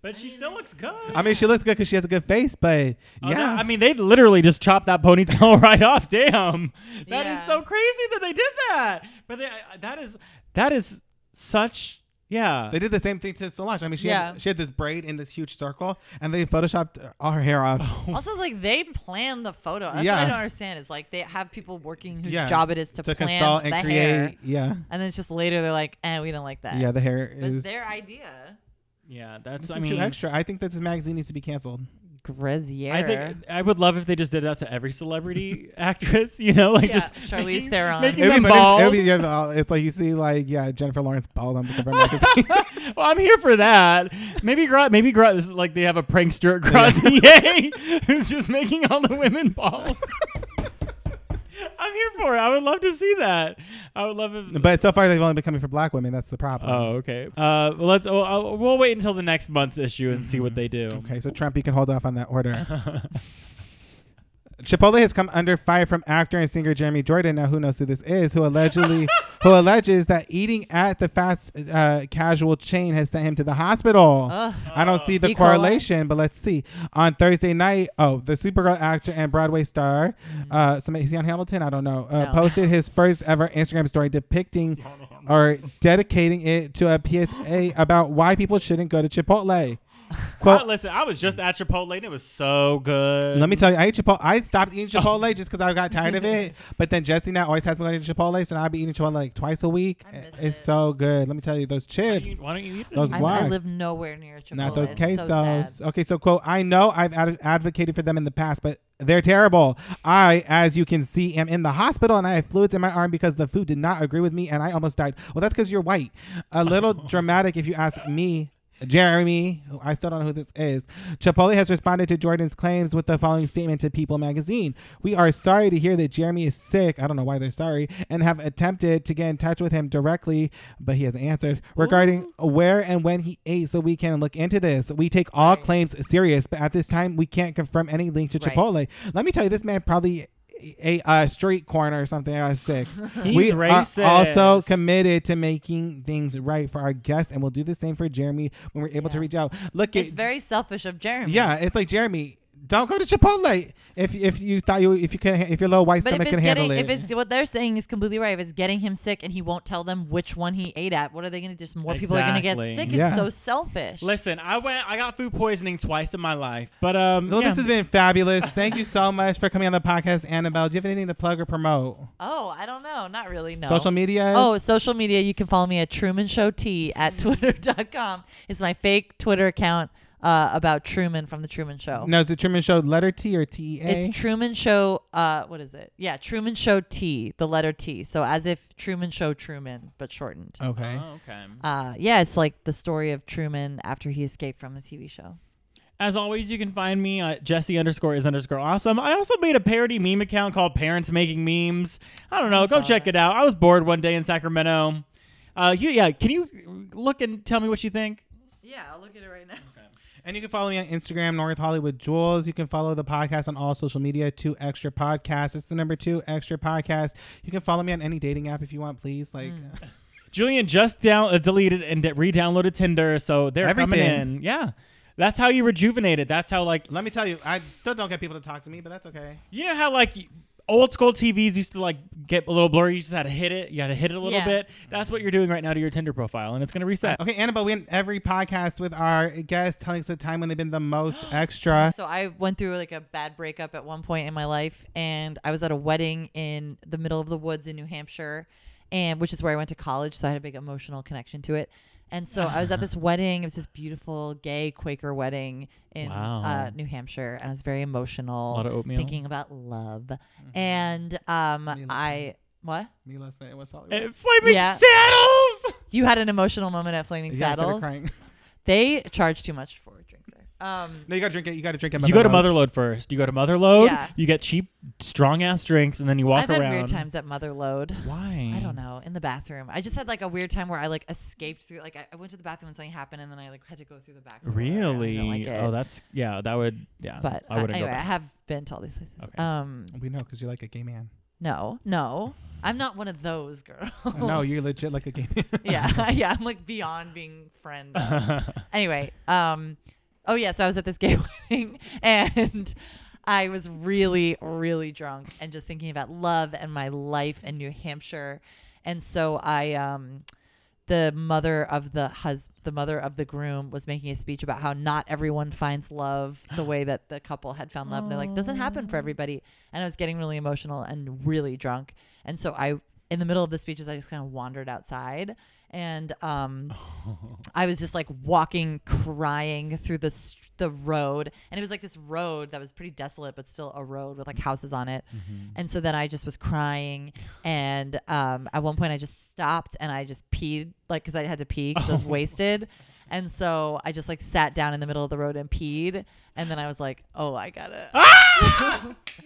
Speaker 2: But she still looks good.
Speaker 1: I mean, she looks good because she has a good face, but
Speaker 2: Oh,
Speaker 1: yeah.
Speaker 2: no, I mean, they literally just chopped that ponytail right off. Damn, that is
Speaker 3: Yeah.
Speaker 2: so crazy that they did that. But they, that is that is such Yeah.
Speaker 1: They did the same thing to Solange. I mean, she
Speaker 3: Yeah.
Speaker 1: had, she had this braid in this huge circle, and they photoshopped all her hair off.
Speaker 3: Also, it's like they plan the photo. That's what
Speaker 1: Yeah.
Speaker 3: I don't understand. It's like they have people working whose
Speaker 1: Yeah.
Speaker 3: job it is to, plan
Speaker 1: consult
Speaker 3: the hair,
Speaker 1: Yeah,
Speaker 3: and then it's just later they're like, "Eh, we don't like that."
Speaker 1: yeah, the hair
Speaker 3: but it's
Speaker 1: is.
Speaker 3: their idea.
Speaker 2: yeah, that's
Speaker 1: This
Speaker 2: I
Speaker 1: is too
Speaker 2: mean
Speaker 1: extra. I think that this magazine needs to be canceled.
Speaker 3: Grazier.
Speaker 2: I think I would love if they just did that to every celebrity actress, you know, like
Speaker 3: Yeah,
Speaker 2: just
Speaker 3: Charlize
Speaker 2: making-
Speaker 3: Theron.
Speaker 2: making
Speaker 3: It
Speaker 1: It'd be
Speaker 2: them
Speaker 1: funny- it'd
Speaker 2: bald.
Speaker 1: be- yeah, well, it's like you see, like yeah, Jennifer Lawrence bald on the cover of magazine.
Speaker 2: well, I'm here for that. Maybe Grat, maybe Grat, this is like they have a prankster at Grazier who's just making all the women bald. I'm here for it. I would love to see that. I would love if.
Speaker 1: but so far, they've only been coming for black women. That's the problem.
Speaker 2: oh, okay. Uh, well, let's. Well, I'll- we'll wait until the next month's issue and see what they do.
Speaker 1: Mm-hmm. Okay, so Trump, you can hold off on that order. Chipotle has come under fire from actor and singer Jeremy Jordan. Now, who knows who this is? Who allegedly, who alleges that eating at the fast uh, casual chain has sent him to the hospital.
Speaker 3: Ugh.
Speaker 1: I don't see the
Speaker 3: E. coli?
Speaker 1: correlation, but let's see. On Thursday night, oh, the Supergirl actor and Broadway star, uh, somebody, is he on Hamilton? I don't know. Uh,
Speaker 3: Mm-hmm. No.
Speaker 1: Posted his first ever Instagram story depicting or dedicating it to a PSA about why people shouldn't go to Chipotle.
Speaker 2: Well,
Speaker 1: Quote,
Speaker 2: listen, I was just at Chipotle and it was so good.
Speaker 1: let me tell you, I ate Chipotle. I stopped eating Chipotle just because I got tired of it. But then Jesse now always has me going to Chipotle, so now I'll be eating Chipotle like twice a week.
Speaker 3: I miss
Speaker 1: It's
Speaker 3: it.
Speaker 1: so good. Let me tell you, those
Speaker 2: Why
Speaker 1: chips,
Speaker 2: don't you, why don't you eat
Speaker 1: Those
Speaker 2: them?
Speaker 3: I'm- I
Speaker 1: wives.
Speaker 3: live nowhere near Chipotle.
Speaker 1: not those
Speaker 3: It's
Speaker 1: quesos.
Speaker 3: So sad.
Speaker 1: okay, so quote, I know I've ad- advocated for them in the past, but they're terrible. I, as you can see, am in the hospital and I have fluids in my arm because the food did not agree with me and I almost died. Well, that's because you're white. A little dramatic if you ask me. Jeremy, who I still don't know who this is, Chipotle has responded to Jordan's claims with the following statement to People magazine. We are sorry to hear that Jeremy is sick. I don't know why they're sorry, and have attempted to get in touch with him directly, but he hasn't answered regarding where and when he ate so we can look into this. We take all
Speaker 3: Right.
Speaker 1: claims serious, but at this time we can't confirm any link to
Speaker 3: Right.
Speaker 1: Chipotle. Let me tell you, this man probably ate a street corner or something. I was sick.
Speaker 2: He's
Speaker 1: we
Speaker 2: racist.
Speaker 1: are also committed to making things right for our guests, and we'll do the same for Jeremy when we're able to
Speaker 3: Yeah.
Speaker 1: reach out. Look,
Speaker 3: It's
Speaker 1: it-
Speaker 3: very selfish of Jeremy.
Speaker 1: yeah, it's like Jeremy. Don't go to Chipotle if if you thought you if you can if your little white
Speaker 3: But if
Speaker 1: stomach
Speaker 3: it's
Speaker 1: can handle
Speaker 3: getting, if
Speaker 1: it.
Speaker 3: it's what they're saying is completely right. If it's getting him sick and he won't tell them which one he ate at, what are they going to do? Just more people are going to get
Speaker 2: Exactly.
Speaker 3: sick.
Speaker 1: Yeah.
Speaker 3: It's so selfish.
Speaker 2: Listen, I went. I got food poisoning twice in my life, but um,
Speaker 1: well,
Speaker 2: yeah.
Speaker 1: this has been fabulous. Thank you so much for coming on the podcast, Annabelle. Do you have anything to plug or promote?
Speaker 3: Oh, I don't know. Not really. No.
Speaker 1: Social media?
Speaker 3: Oh, social media. You can follow me at Truman Show T
Speaker 1: Mm.
Speaker 3: at twitter.com. It's my fake Twitter account uh, about Truman from The Truman Show.
Speaker 1: no, it's the Truman Show. Letter T or T E A?
Speaker 3: It's Truman Show. Uh, what is it? Yeah, Truman Show T, the letter T. So as if Truman Show Truman, but shortened.
Speaker 1: okay.
Speaker 2: Oh, okay.
Speaker 3: Uh, yeah, it's like the story of Truman after he escaped from the TV show.
Speaker 2: As always, you can find me at Jesse underscore is underscore awesome. I also made a parody meme account called Parents Making Memes. I don't know. Go check it out. I was bored one day in Sacramento. Uh, you, yeah. Can you look and tell me what you think?
Speaker 3: Yeah, I'll look at it right now.
Speaker 1: And you can follow me on Instagram, North Hollywood Jewels. You can follow the podcast on all social media, Two Extra Podcasts. It's the number two Extra Podcast. You can follow me on any dating app if you want, please. Like,
Speaker 3: Hmm.
Speaker 2: Julian just down uh, deleted and d- re-downloaded Tinder, so they're coming
Speaker 1: Everything.
Speaker 2: in. Yeah, that's how you rejuvenate it. That's how like
Speaker 1: let me tell you, I still don't get people to talk to me, but that's okay.
Speaker 2: You know how like old school TVs used to like get a little blurry. You just had to hit it. You had to hit it a little
Speaker 3: Yeah.
Speaker 2: bit. That's what you're doing right now to your Tinder profile, and it's gonna reset.
Speaker 1: Uh, Okay, Annabelle, we end every podcast with our guests telling us the time when they've been the most extra.
Speaker 3: So I went through like a bad breakup at one point in my life, and I was at a wedding in the middle of the woods in New Hampshire, and which is where I went to college. So I had a big emotional connection to it. And so I was at this wedding. It was this beautiful gay Quaker wedding in
Speaker 2: Wow.
Speaker 3: uh, New Hampshire, and I was very
Speaker 2: A
Speaker 3: emotional,
Speaker 2: lot of oatmeal.
Speaker 3: thinking about love.
Speaker 2: Mm-hmm.
Speaker 3: And um, I what
Speaker 1: Me last night, it was Hollywood.
Speaker 2: Uh, Flaming
Speaker 3: Yeah.
Speaker 2: saddles.
Speaker 3: you had an emotional moment at Flaming
Speaker 1: Yeah, I started
Speaker 3: Saddles.
Speaker 1: crying.
Speaker 3: They charge too much for drinks there. Um,
Speaker 1: No, you gotta drink it. You gotta drink it.
Speaker 2: You go to Motherload first. You go to Motherload.
Speaker 3: Yeah.
Speaker 2: You get cheap, strong ass drinks, and then you walk
Speaker 3: I've had
Speaker 2: around. Mm.
Speaker 3: weird times at Mother Load.
Speaker 2: Why?
Speaker 3: I don't know. In the bathroom, I just had like a weird time where I like escaped through. Like I, I went to the bathroom and something happened, and then I like had to go through the back. door, and I don't
Speaker 2: Really?
Speaker 3: like it.
Speaker 2: Oh, that's yeah. That would yeah.
Speaker 3: but
Speaker 2: I
Speaker 3: uh,
Speaker 2: wouldn't
Speaker 3: anyway,
Speaker 2: go
Speaker 3: I
Speaker 2: back.
Speaker 3: have been to all these places.
Speaker 2: Okay.
Speaker 3: Um,
Speaker 1: We know because you're like a gay man.
Speaker 3: no, no, I'm not one of those girls.
Speaker 1: no, you're legit like a gay man.
Speaker 3: yeah, yeah. I'm like beyond being friend. anyway, um, oh yeah. So I was at this gay wedding and I was really, really drunk and just thinking about love and my life in New Hampshire. And so I, um, the mother of the hus the mother of the groom was making a speech about how not everyone finds love the way that the couple had found love. They're like, doesn't happen for everybody. And I was getting really emotional and really drunk. And so I in the middle of the speeches I just kind of wandered outside and um I was just like walking crying through the s- the road and it was like this road that was pretty desolate but still a road with like houses on it. And so then I just was crying and um at one point I just stopped and I just peed like cuz I had to pee cuz
Speaker 1: Oh.
Speaker 3: I was wasted. And so I just like sat down in the middle of the road and peed and then I was like, "Oh, I got to
Speaker 1: Ah!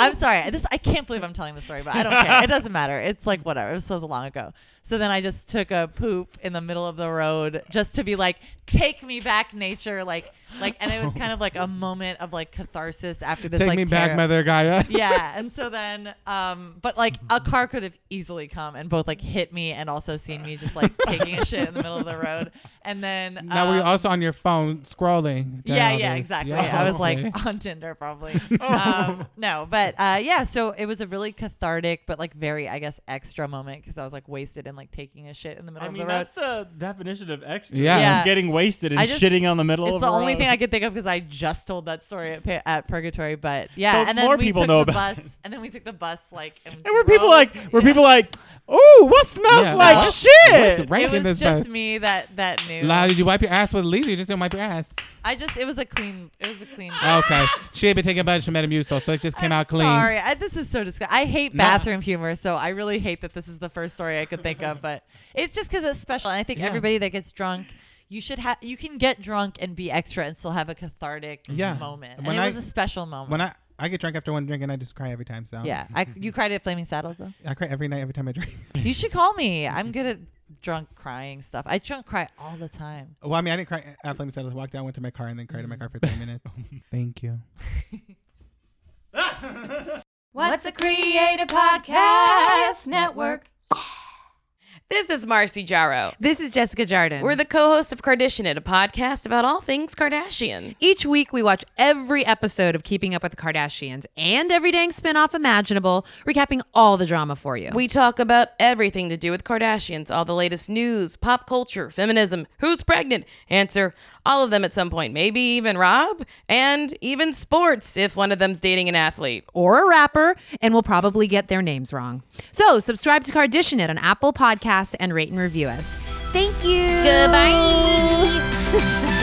Speaker 3: I'm sorry. This I can't believe I'm telling this story, but I don't care. It doesn't matter. It's like whatever. It was so long ago. So then I just took a poop in the middle of the road just to be like, take me back, nature. Like, like, and it was kind of like a moment of like catharsis after this.
Speaker 1: Take
Speaker 3: like,
Speaker 1: me back,
Speaker 3: terri-
Speaker 1: Mother Gaia.
Speaker 3: Yeah, and so then, um, but like a car could have easily come and both like hit me and also seen me just like taking a shit in the middle of the road, and then
Speaker 1: Now we're
Speaker 3: um,
Speaker 1: also on your phone scrolling. down
Speaker 3: yeah,
Speaker 1: all
Speaker 3: yeah,
Speaker 1: this.
Speaker 3: exactly.
Speaker 1: Yeah,
Speaker 3: I was
Speaker 1: okay.
Speaker 3: like "Oh, on Tinder probably.
Speaker 2: Oh.
Speaker 3: um, no, but uh, yeah, so it was a really cathartic, but like very, I guess, extra moment because I was like wasted and like taking a shit in the middle
Speaker 2: I mean,
Speaker 3: of the road.
Speaker 2: that's the definition of extra.
Speaker 1: Yeah. Yeah.
Speaker 2: Getting wasted and
Speaker 3: I just-
Speaker 2: shitting on the middle
Speaker 3: It's
Speaker 2: of
Speaker 3: the
Speaker 2: a
Speaker 3: only
Speaker 2: road.
Speaker 3: thing I could think of because I just told that story at, pa- at Purgatory. But yeah,
Speaker 2: So
Speaker 3: and then
Speaker 2: more
Speaker 3: we
Speaker 2: people
Speaker 3: took
Speaker 2: know
Speaker 3: the
Speaker 2: about
Speaker 3: bus, and then we took the bus like. And,
Speaker 2: And were people
Speaker 3: drove-
Speaker 2: like, were people like, ooh, what smells
Speaker 1: Yeah.
Speaker 2: like
Speaker 1: What?
Speaker 2: shit?
Speaker 1: What's rank
Speaker 3: it
Speaker 1: in
Speaker 3: was
Speaker 1: this
Speaker 3: just
Speaker 1: bus?
Speaker 3: me that that knew.
Speaker 1: La, did you wipe your ass with a leash? You just didn't wipe your ass.
Speaker 3: I just it was a clean it was a clean.
Speaker 1: Okay. She had been taking a bunch of Metamucil, so it just came
Speaker 3: I'm
Speaker 1: out clean.
Speaker 3: Sorry, I, this is so disgusting. I hate
Speaker 1: No.
Speaker 3: bathroom humor, so I really hate that this is the first story I could think of. But it's just because it's special, and I think
Speaker 1: Yeah.
Speaker 3: everybody that gets drunk, you should have, you can get drunk and be extra and still have a cathartic
Speaker 1: Yeah.
Speaker 3: moment. And
Speaker 1: When
Speaker 3: it
Speaker 1: I-
Speaker 3: was a special moment.
Speaker 1: When I, I get drunk after one drink and I just cry every time. So
Speaker 3: yeah, I, you cried at Flaming Saddles though.
Speaker 1: I cry every night every time I drink.
Speaker 3: you should call me. I'm good at drunk crying stuff. I drunk cry all the time.
Speaker 1: Well, I mean, I didn't cry uh, at Flaming Saddles. Walked down, went to my car, and then cried in my
Speaker 3: Mm.
Speaker 1: car for three minutes. Thank you.
Speaker 4: What's a Creative Podcast Network?
Speaker 5: This is Marcy Jarro.
Speaker 6: This is Jessica Jardin.
Speaker 5: We're the co host of Kardashian, a podcast about all things Kardashian.
Speaker 6: Each week, we watch every episode of Keeping Up with the Kardashians and every dang spinoff imaginable, recapping all the drama for you.
Speaker 5: We talk about everything to do with Kardashians, all the latest news, pop culture, feminism, who's pregnant, answer, all of them at some point, maybe even Rob, and even sports if one of them's dating an athlete.
Speaker 6: or a rapper, and we'll probably get their names wrong. So subscribe to Kardashian it on Apple Podcasts and rate and review us. Thank you.
Speaker 5: Goodbye.